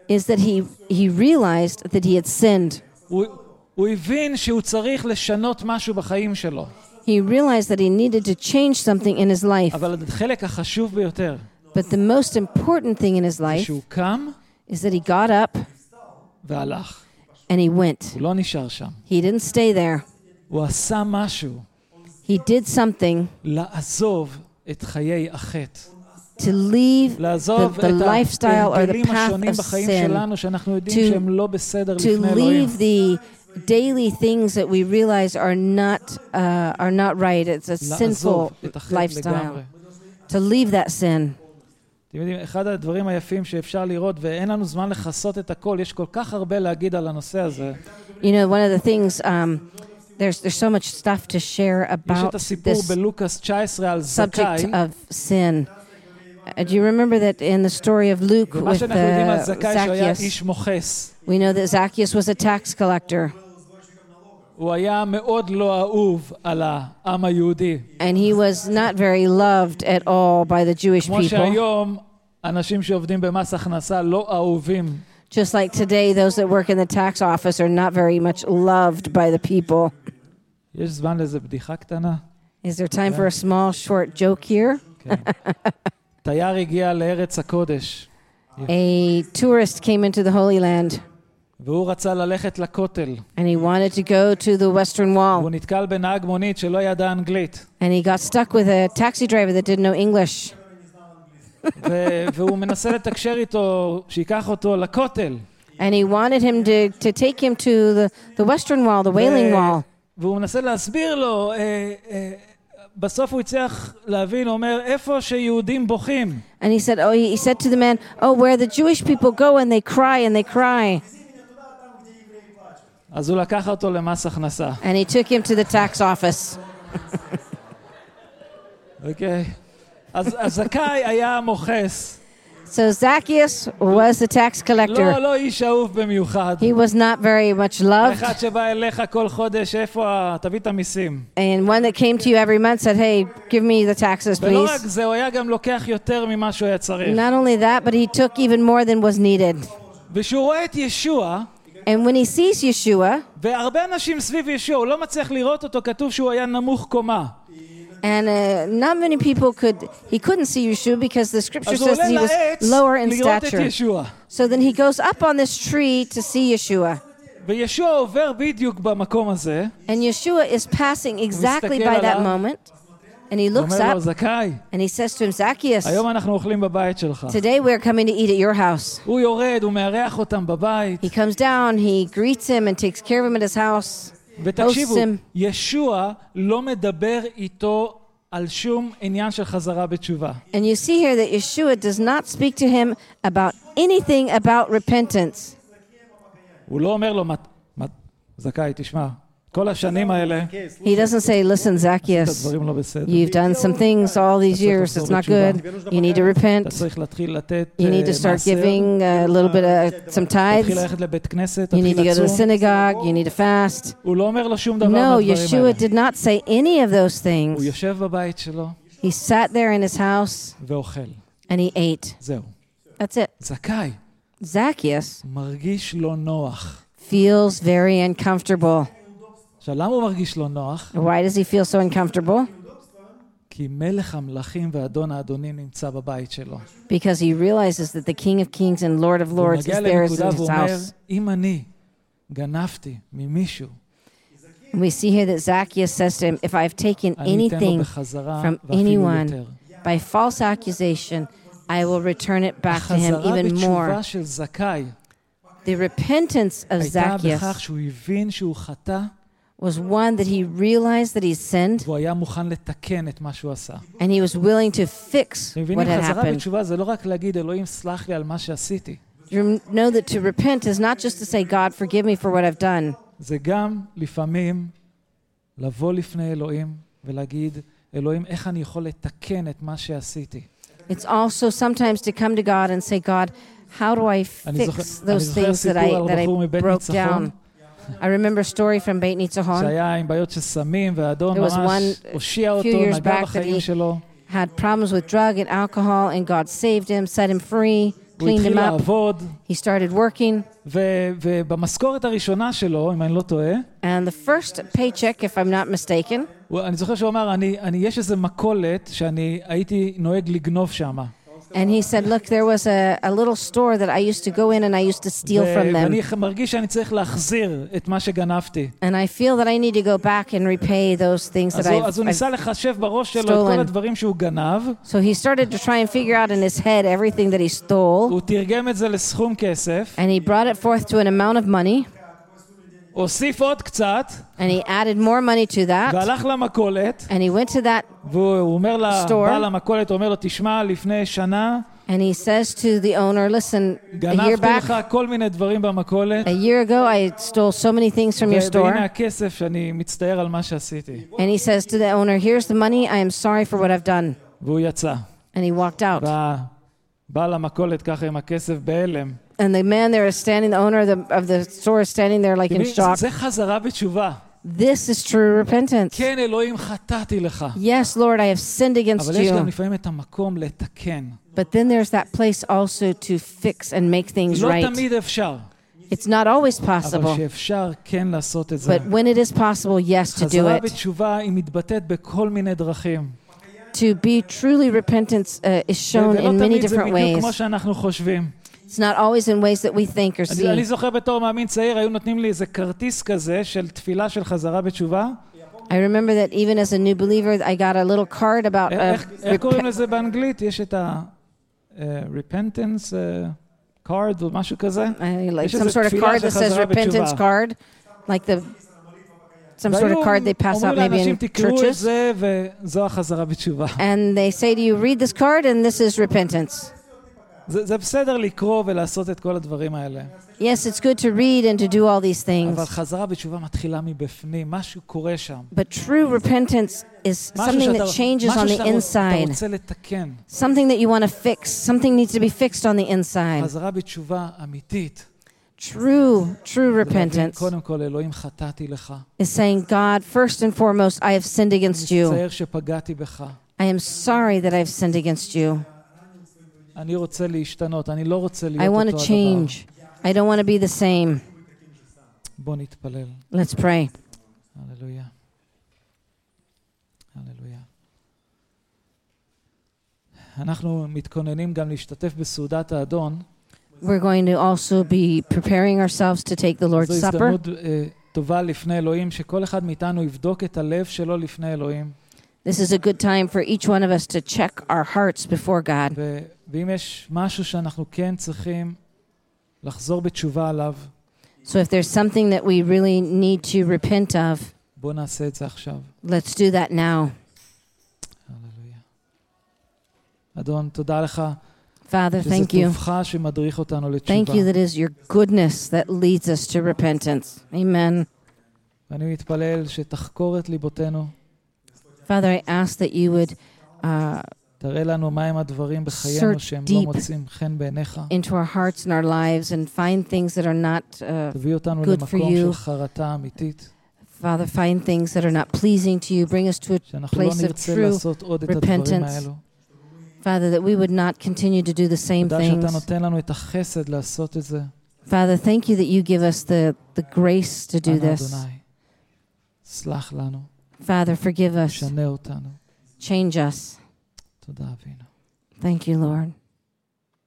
[SPEAKER 2] is that he he realized that he had sinned.
[SPEAKER 1] הוא, הוא הבין שהוא צריך לשנות משהו בחיים שלו.
[SPEAKER 2] He realized that he needed to change something in his life.
[SPEAKER 1] אבל החלק החשוב ביותר,
[SPEAKER 2] But the most important thing in his life
[SPEAKER 1] שהוא קם
[SPEAKER 2] is that he got up
[SPEAKER 1] והלך.
[SPEAKER 2] and he went.
[SPEAKER 1] הוא לא נשאר שם.
[SPEAKER 2] He didn't stay there.
[SPEAKER 1] הוא עשה משהו
[SPEAKER 2] He did something
[SPEAKER 1] לעזוב את חיי החטא.
[SPEAKER 2] to leave the,
[SPEAKER 1] לעזוב
[SPEAKER 2] the
[SPEAKER 1] את
[SPEAKER 2] lifestyle or the
[SPEAKER 1] ההרגלים
[SPEAKER 2] path
[SPEAKER 1] השונים
[SPEAKER 2] of
[SPEAKER 1] בחיים
[SPEAKER 2] sin,
[SPEAKER 1] שלנו, שאנחנו יודעים
[SPEAKER 2] To-
[SPEAKER 1] שהם לא בסדר
[SPEAKER 2] to
[SPEAKER 1] לפני אלוהים.
[SPEAKER 2] leave the daily things that we realize are not uh, are not right. It's a
[SPEAKER 1] לעזוב
[SPEAKER 2] sinful
[SPEAKER 1] את החטא לגמרי.
[SPEAKER 2] lifestyle. To leave that sin.
[SPEAKER 1] אתם יודעים, אחד הדברים היפים שאפשר לראות, ואין לנו זמן לכסות את הכל, יש כל כך הרבה להגיד על הנושא הזה.
[SPEAKER 2] You know, one of the things um, there's there's so much stuff to share
[SPEAKER 1] יש
[SPEAKER 2] about
[SPEAKER 1] את הסיפור
[SPEAKER 2] this
[SPEAKER 1] בלוקאס 19 על זכאי,
[SPEAKER 2] subject of sin. Uh, do you remember that in the story of Luke
[SPEAKER 1] ומה
[SPEAKER 2] with
[SPEAKER 1] שאנחנו יודעים על
[SPEAKER 2] uh,
[SPEAKER 1] זכאי שהיה
[SPEAKER 2] Zacchaeus?
[SPEAKER 1] איש מוכס.
[SPEAKER 2] We know that Zacchaeus was a tax collector
[SPEAKER 1] הוא היה מאוד לא אהוב על העם היהודי.
[SPEAKER 2] and he was not very loved at all by the Jewish
[SPEAKER 1] כמו
[SPEAKER 2] people.
[SPEAKER 1] שהיום אנשים שעובדים במס הכנסה לא אהובים.
[SPEAKER 2] Just like today, those that work in the tax office are not very much loved by the people.
[SPEAKER 1] יש זמן לאיזה בדיחה קטנה?
[SPEAKER 2] Is there time for a small, short joke here? *laughs*
[SPEAKER 1] כן. תייר הגיע לארץ הקודש,
[SPEAKER 2] A tourist came into the Holy Land
[SPEAKER 1] והוא רצה ללכת לכותל.
[SPEAKER 2] and he wanted to go to the Western Wall.
[SPEAKER 1] והוא נתקל בנהג מונית שלא ידע אנגלית.
[SPEAKER 2] And he got stuck with a taxi driver that didn't know English.
[SPEAKER 1] ו- והוא מנסה לתקשר איתו, שייקח אותו לכותל.
[SPEAKER 2] And he wanted him to, to take him to the, the Western Wall, the
[SPEAKER 1] ו-
[SPEAKER 2] Wailing Wall.
[SPEAKER 1] והוא מנסה להסביר לו, אה, אה, בסוף הוא הצליח להבין, הוא אומר, איפה שיהודים בוכים.
[SPEAKER 2] And he said, Oh, he, he said to the man, Oh, where the Jewish people go and they cry and they cry.
[SPEAKER 1] אז הוא לקח אותו למס הכנסה.
[SPEAKER 2] And he took him to the tax office.
[SPEAKER 1] אוקיי? אז אז זכאי היה המוכס.
[SPEAKER 2] So Zacchaeus was the
[SPEAKER 1] לא,
[SPEAKER 2] tax collector.
[SPEAKER 1] לא איש אהוב במיוחד.
[SPEAKER 2] He was not very much
[SPEAKER 1] אחד
[SPEAKER 2] loved.
[SPEAKER 1] שבא אליך כל חודש, איפה ה... תביא את המיסים.
[SPEAKER 2] And one that came to you every month said, Hey, give me the taxes,
[SPEAKER 1] ולא רק
[SPEAKER 2] please.
[SPEAKER 1] זה, הוא היה גם לוקח יותר ממה שהוא היה צריך.
[SPEAKER 2] Not only that, but he took even more than was needed.
[SPEAKER 1] וכשהוא רואה את ישוע,
[SPEAKER 2] And when he sees Yeshua,
[SPEAKER 1] והרבה אנשים סביב ישוע, הוא לא מצליח לראות אותו, כתוב שהוא היה נמוך קומה.
[SPEAKER 2] and uh, not many people could, he couldn't see Yeshua because the scripture
[SPEAKER 1] אז הוא
[SPEAKER 2] says
[SPEAKER 1] עולה
[SPEAKER 2] that he
[SPEAKER 1] לעץ
[SPEAKER 2] was lower in
[SPEAKER 1] לראות את
[SPEAKER 2] stature.
[SPEAKER 1] ישוע.
[SPEAKER 2] So then he goes up on this tree to see Yeshua.
[SPEAKER 1] וישוע עובר בדיוק במקום הזה,
[SPEAKER 2] And Yeshua is passing exactly
[SPEAKER 1] מסתכל
[SPEAKER 2] by that
[SPEAKER 1] עליו.
[SPEAKER 2] moment. And he looks
[SPEAKER 1] אומר לו,
[SPEAKER 2] up
[SPEAKER 1] זכאי,
[SPEAKER 2] and he says to him, Zacchaeus,
[SPEAKER 1] היום אנחנו אוכלים בבית שלך.
[SPEAKER 2] today we're coming to eat at your house.
[SPEAKER 1] הוא יורד, הוא מארח אותם בבית,
[SPEAKER 2] He comes down, he greets him and takes care of him at his house.
[SPEAKER 1] ותקשיבו,
[SPEAKER 2] עושים.
[SPEAKER 1] ישוע לא מדבר איתו על שום עניין של חזרה בתשובה.
[SPEAKER 2] And you see here that Yeshua does not speak to him about anything about repentance.
[SPEAKER 1] הוא לא אומר לו, "מת- מת- זכאי, תשמע, כל השנים האלה,
[SPEAKER 3] Окей, слушай,
[SPEAKER 2] He doesn't say, Listen, Zacchaeus,
[SPEAKER 1] הדברים לא בסדר.
[SPEAKER 2] you've done some things all these years, it's not good. You need to
[SPEAKER 1] אתה
[SPEAKER 2] repent.
[SPEAKER 1] צריך להתחיל לתת
[SPEAKER 2] You need
[SPEAKER 1] אה,
[SPEAKER 2] to start
[SPEAKER 1] מעשר,
[SPEAKER 2] giving a little bit of some
[SPEAKER 1] תתחיל
[SPEAKER 2] tithes.
[SPEAKER 1] ללכת לבית כנסת,
[SPEAKER 2] You need to
[SPEAKER 1] תתחיל
[SPEAKER 2] go to the
[SPEAKER 1] לצום.
[SPEAKER 2] synagogue. You need to fast.
[SPEAKER 1] הוא לא אומר לו שום דבר
[SPEAKER 2] No,
[SPEAKER 1] מהדברים האלה.
[SPEAKER 2] Yeshua did not say any of those
[SPEAKER 1] הוא
[SPEAKER 2] things.
[SPEAKER 1] יושב בבית שלו
[SPEAKER 2] He sat there in his house
[SPEAKER 1] ואוכל.
[SPEAKER 2] and he ate.
[SPEAKER 1] זהו.
[SPEAKER 2] That's it.
[SPEAKER 1] זכאי
[SPEAKER 2] Zacchaeus
[SPEAKER 1] מרגיש לא נוח.
[SPEAKER 2] feels very uncomfortable.
[SPEAKER 1] עכשיו, למה הוא מרגיש לא נוח?
[SPEAKER 2] Why does he feel so uncomfortable?
[SPEAKER 1] כי מלך המלכים ואדון האדונים נמצא בבית שלו. הוא
[SPEAKER 2] Because he realizes that the King of Kings and Lord of Lords
[SPEAKER 1] מגיע
[SPEAKER 2] is there in
[SPEAKER 1] לנקודה
[SPEAKER 2] his
[SPEAKER 1] והוא אומר,
[SPEAKER 2] house.
[SPEAKER 1] אם אני גנבתי ממישהו,
[SPEAKER 2] And we see here that Zacchaeus says to him, If I've taken
[SPEAKER 1] אני אתן לו
[SPEAKER 2] anything
[SPEAKER 1] בחזרה
[SPEAKER 2] from
[SPEAKER 1] ואפילו
[SPEAKER 2] anyone
[SPEAKER 1] יותר.
[SPEAKER 2] by false accusation, I will return it back to him
[SPEAKER 1] החזרה
[SPEAKER 2] even more.
[SPEAKER 1] בתשובה של זכאי
[SPEAKER 2] The repentance of
[SPEAKER 1] הייתה בכך
[SPEAKER 2] Zacchaeus
[SPEAKER 1] שהוא הבין שהוא חטא
[SPEAKER 2] was one that he realized that he sinned
[SPEAKER 1] והוא היה מוכן לתקן את מה שהוא עשה. אתם
[SPEAKER 2] and he was willing to fix
[SPEAKER 1] מבינים,
[SPEAKER 2] what had
[SPEAKER 1] חזרה
[SPEAKER 2] happened.
[SPEAKER 1] בתשובה זה לא רק להגיד, אלוהים, סלח לי על מה שעשיתי.
[SPEAKER 2] You know that to repent is not just to say, God, forgive me for what I've done.
[SPEAKER 1] זה גם לפעמים לבוא לפני אלוהים ולהגיד, אלוהים, איך אני יכול לתקן את מה שעשיתי?
[SPEAKER 2] It's also sometimes to come to God and say, God, how do I
[SPEAKER 1] אני זוכר,
[SPEAKER 2] fix
[SPEAKER 1] אני
[SPEAKER 2] those
[SPEAKER 1] זוכר
[SPEAKER 2] things that I,
[SPEAKER 1] סיפור
[SPEAKER 2] that
[SPEAKER 1] על
[SPEAKER 2] I
[SPEAKER 1] בחור מבית
[SPEAKER 2] broke
[SPEAKER 1] ניצחון,
[SPEAKER 2] down? I remember a story from Beit Nitzahon,
[SPEAKER 1] שהיה עם בעיות של סמים, והאדון
[SPEAKER 2] נכון. There was
[SPEAKER 1] ממש
[SPEAKER 2] one
[SPEAKER 1] הושיע
[SPEAKER 2] few
[SPEAKER 1] אותו,
[SPEAKER 2] years
[SPEAKER 1] נגע
[SPEAKER 2] back that
[SPEAKER 1] בחיים
[SPEAKER 2] he
[SPEAKER 1] שלו.
[SPEAKER 2] had problems with drug and alcohol, and God saved him, set him free,
[SPEAKER 1] הוא
[SPEAKER 2] cleaned
[SPEAKER 1] התחיל
[SPEAKER 2] him up.
[SPEAKER 1] לעבוד,
[SPEAKER 2] He started working,
[SPEAKER 1] ו- ובמשכורת הראשונה שלו, אם אני לא טועה,
[SPEAKER 2] and the first paycheck, if I'm not mistaken,
[SPEAKER 1] הוא- אני זוכר שהוא אמר, "אני- אני- יש איזו מכולת שאני הייתי נוהג לגנוב שם.
[SPEAKER 2] and he said, Look, there was a, a little store that I used to go in and I used to steal from them.
[SPEAKER 1] ואני מרגיש שאני צריך להחזיר את מה שגנבתי.
[SPEAKER 2] And I feel that I need to go back and repay those things that
[SPEAKER 1] אז הוא,
[SPEAKER 2] I've,
[SPEAKER 1] אז הוא
[SPEAKER 2] I've
[SPEAKER 1] ניסה לחשב בראש שלו את כל
[SPEAKER 2] stolen.
[SPEAKER 1] הדברים שהוא גנב,
[SPEAKER 2] So he started to try and figure out in his head everything that he stole,
[SPEAKER 1] הוא תרגם את זה לסכום כסף,
[SPEAKER 2] and he brought it forth to an amount of money,
[SPEAKER 1] הוסיף עוד קצת,
[SPEAKER 2] and he added more money to that,
[SPEAKER 1] והלך למכולת,
[SPEAKER 2] and he went to that,
[SPEAKER 1] והוא הוא אומר
[SPEAKER 2] Store.
[SPEAKER 1] לבעל המכולת, הוא אומר לו, תשמע, לפני שנה
[SPEAKER 2] and he says to the owner, "Listen, a year
[SPEAKER 1] גנבתי לך
[SPEAKER 2] back,
[SPEAKER 1] כל מיני דברים במכולת,
[SPEAKER 2] a year ago, I stole so many things from your
[SPEAKER 1] ו- והנה
[SPEAKER 2] store."
[SPEAKER 1] הכסף שאני מצטער על מה שעשיתי.
[SPEAKER 2] And he says to the owner, "Here's the money. I am sorry for what I've done."
[SPEAKER 1] והוא יצא.
[SPEAKER 2] And he walked out.
[SPEAKER 1] והבעל המכולת ככה עם הכסף בהלם.
[SPEAKER 2] And the man there is standing, the owner of the, of the store is standing there like in
[SPEAKER 1] תראי,
[SPEAKER 2] shock.
[SPEAKER 1] זה חזרה בתשובה.
[SPEAKER 2] This is true repentance.
[SPEAKER 1] כן, אלוהים, חטאתי לך.
[SPEAKER 2] Yes, Lord, I have sinned against
[SPEAKER 1] אבל יש גם
[SPEAKER 2] you.
[SPEAKER 1] לפעמים את המקום לתקן.
[SPEAKER 2] But then there's that place also to fix and make things
[SPEAKER 1] לא
[SPEAKER 2] right.
[SPEAKER 1] תמיד אפשר.
[SPEAKER 2] It's not always
[SPEAKER 1] אבל
[SPEAKER 2] possible,
[SPEAKER 1] שאפשר כן לעשות את זה.
[SPEAKER 2] but when it is possible, yes, to do
[SPEAKER 1] חזרה
[SPEAKER 2] it.
[SPEAKER 1] בתשובה היא מתבטאת בכל מיני דרכים.
[SPEAKER 2] To be truly repentance uh, is shown
[SPEAKER 1] ולא
[SPEAKER 2] in many
[SPEAKER 1] לא תמיד זה
[SPEAKER 2] different
[SPEAKER 1] בדיוק כמו
[SPEAKER 2] ways.
[SPEAKER 1] שאנחנו חושבים.
[SPEAKER 2] It's not always in ways that we think or
[SPEAKER 1] אני, אני
[SPEAKER 2] see.
[SPEAKER 1] זוכר בתור מאמין צעיר, היו נותנים לי איזה כרטיס כזה של תפילה של חזרה בתשובה.
[SPEAKER 2] I remember that even as a new believer, I got a little card about uh,
[SPEAKER 1] אה, איך, איך קוראים
[SPEAKER 2] repent.
[SPEAKER 1] לזה באנגלית? יש את ה-repentance אה, card או משהו כזה?
[SPEAKER 2] I- like
[SPEAKER 1] יש
[SPEAKER 2] some
[SPEAKER 1] איזה
[SPEAKER 2] sort of
[SPEAKER 1] תפילה
[SPEAKER 2] card
[SPEAKER 1] של
[SPEAKER 2] that says
[SPEAKER 1] חזרה
[SPEAKER 2] repentance
[SPEAKER 1] בתשובה.
[SPEAKER 2] card, like the some sort of
[SPEAKER 1] והיו
[SPEAKER 2] card they pass out
[SPEAKER 1] אומרים
[SPEAKER 2] maybe
[SPEAKER 1] לאנשים,
[SPEAKER 2] in
[SPEAKER 1] תקראו את
[SPEAKER 2] churches,
[SPEAKER 1] זה, וזו החזרה בתשובה. *laughs*
[SPEAKER 2] and they say to you, "Read this card, and this is repentance."
[SPEAKER 1] זה, זה בסדר לקרוא ולעשות את כל הדברים האלה.
[SPEAKER 2] Yes, it's good to read and to do all these
[SPEAKER 1] אבל
[SPEAKER 2] things,
[SPEAKER 1] חזרה בתשובה מתחילה מבפנים, משהו קורה שם.
[SPEAKER 2] but true repentance is
[SPEAKER 1] משהו
[SPEAKER 2] something
[SPEAKER 1] שאתה,
[SPEAKER 2] that changes on
[SPEAKER 1] משהו
[SPEAKER 2] the
[SPEAKER 1] שאתה רוצ- אתה
[SPEAKER 2] inside,
[SPEAKER 1] רוצה לתקן.
[SPEAKER 2] something that you want to fix, something needs to be fixed on the inside.
[SPEAKER 1] חזרה בתשובה אמיתית.
[SPEAKER 2] True, true repentance
[SPEAKER 1] קודם כל, אלוהים, חטאתי לך.
[SPEAKER 2] is saying, "God, first and foremost, I have sinned against you.
[SPEAKER 1] מצטער שפגעתי בך.
[SPEAKER 2] I am sorry that I've sinned against you.
[SPEAKER 1] אני רוצה להשתנות, אני לא רוצה להיות
[SPEAKER 2] I want
[SPEAKER 1] אותו
[SPEAKER 2] to
[SPEAKER 1] הדבר.
[SPEAKER 2] change. I don't want to be the same."
[SPEAKER 1] בוא נתפלל.
[SPEAKER 2] Let's pray.
[SPEAKER 1] הללויה. הללויה. אנחנו מתכוננים גם להשתתף בסעודת האדון.
[SPEAKER 2] We're going to also be preparing ourselves to take the
[SPEAKER 1] זו
[SPEAKER 2] Lord's Supper.
[SPEAKER 1] הזדמנות אה, טובה לפני אלוהים, שכל אחד מאיתנו יבדוק את הלב שלו לפני אלוהים.
[SPEAKER 2] This is a good time for each one of us to check our hearts before God.
[SPEAKER 1] ו- ואם יש משהו שאנחנו כן צריכים לחזור בתשובה עליו,
[SPEAKER 2] So if there's something that we really need to repent of,
[SPEAKER 1] בואו נעשה את זה עכשיו.
[SPEAKER 2] let's do that now.
[SPEAKER 1] הללויה. אדון, תודה לך
[SPEAKER 2] Father,
[SPEAKER 1] שזה
[SPEAKER 2] thank you.
[SPEAKER 1] טובך שמדריך אותנו לתשובה.
[SPEAKER 2] Thank you that is your goodness that leads us to repentance. Amen.
[SPEAKER 1] ואני מתפלל שתחקור את ליבותינו,
[SPEAKER 2] Father, I ask that you would uh,
[SPEAKER 1] תראה לנו מהם הדברים בחיינו
[SPEAKER 2] Search
[SPEAKER 1] שהם
[SPEAKER 2] deep.
[SPEAKER 1] לא מוצאים חן בעיניך.
[SPEAKER 2] into our hearts and our lives and find things that are not, uh,
[SPEAKER 1] תביא אותנו
[SPEAKER 2] Good
[SPEAKER 1] למקום
[SPEAKER 2] for
[SPEAKER 1] של
[SPEAKER 2] you.
[SPEAKER 1] חרטה אמיתית,
[SPEAKER 2] Father, find things that are not pleasing to you. Bring us to a
[SPEAKER 1] שאנחנו לא
[SPEAKER 2] Place of
[SPEAKER 1] נרצה
[SPEAKER 2] true
[SPEAKER 1] לעשות עוד את הדברים
[SPEAKER 2] repentance.
[SPEAKER 1] האלו.
[SPEAKER 2] Father, that we would not continue to do the same
[SPEAKER 1] תודה שאתה
[SPEAKER 2] things.
[SPEAKER 1] נותן לנו את החסד לעשות את זה.
[SPEAKER 2] Father, thank you that you give us the, the grace to do
[SPEAKER 1] אנא
[SPEAKER 2] this.
[SPEAKER 1] אדוני, סלח לנו,
[SPEAKER 2] Father, forgive us,
[SPEAKER 1] שנה אותנו.
[SPEAKER 2] change us.
[SPEAKER 1] תודה אבינו.
[SPEAKER 2] Thank you, Lord.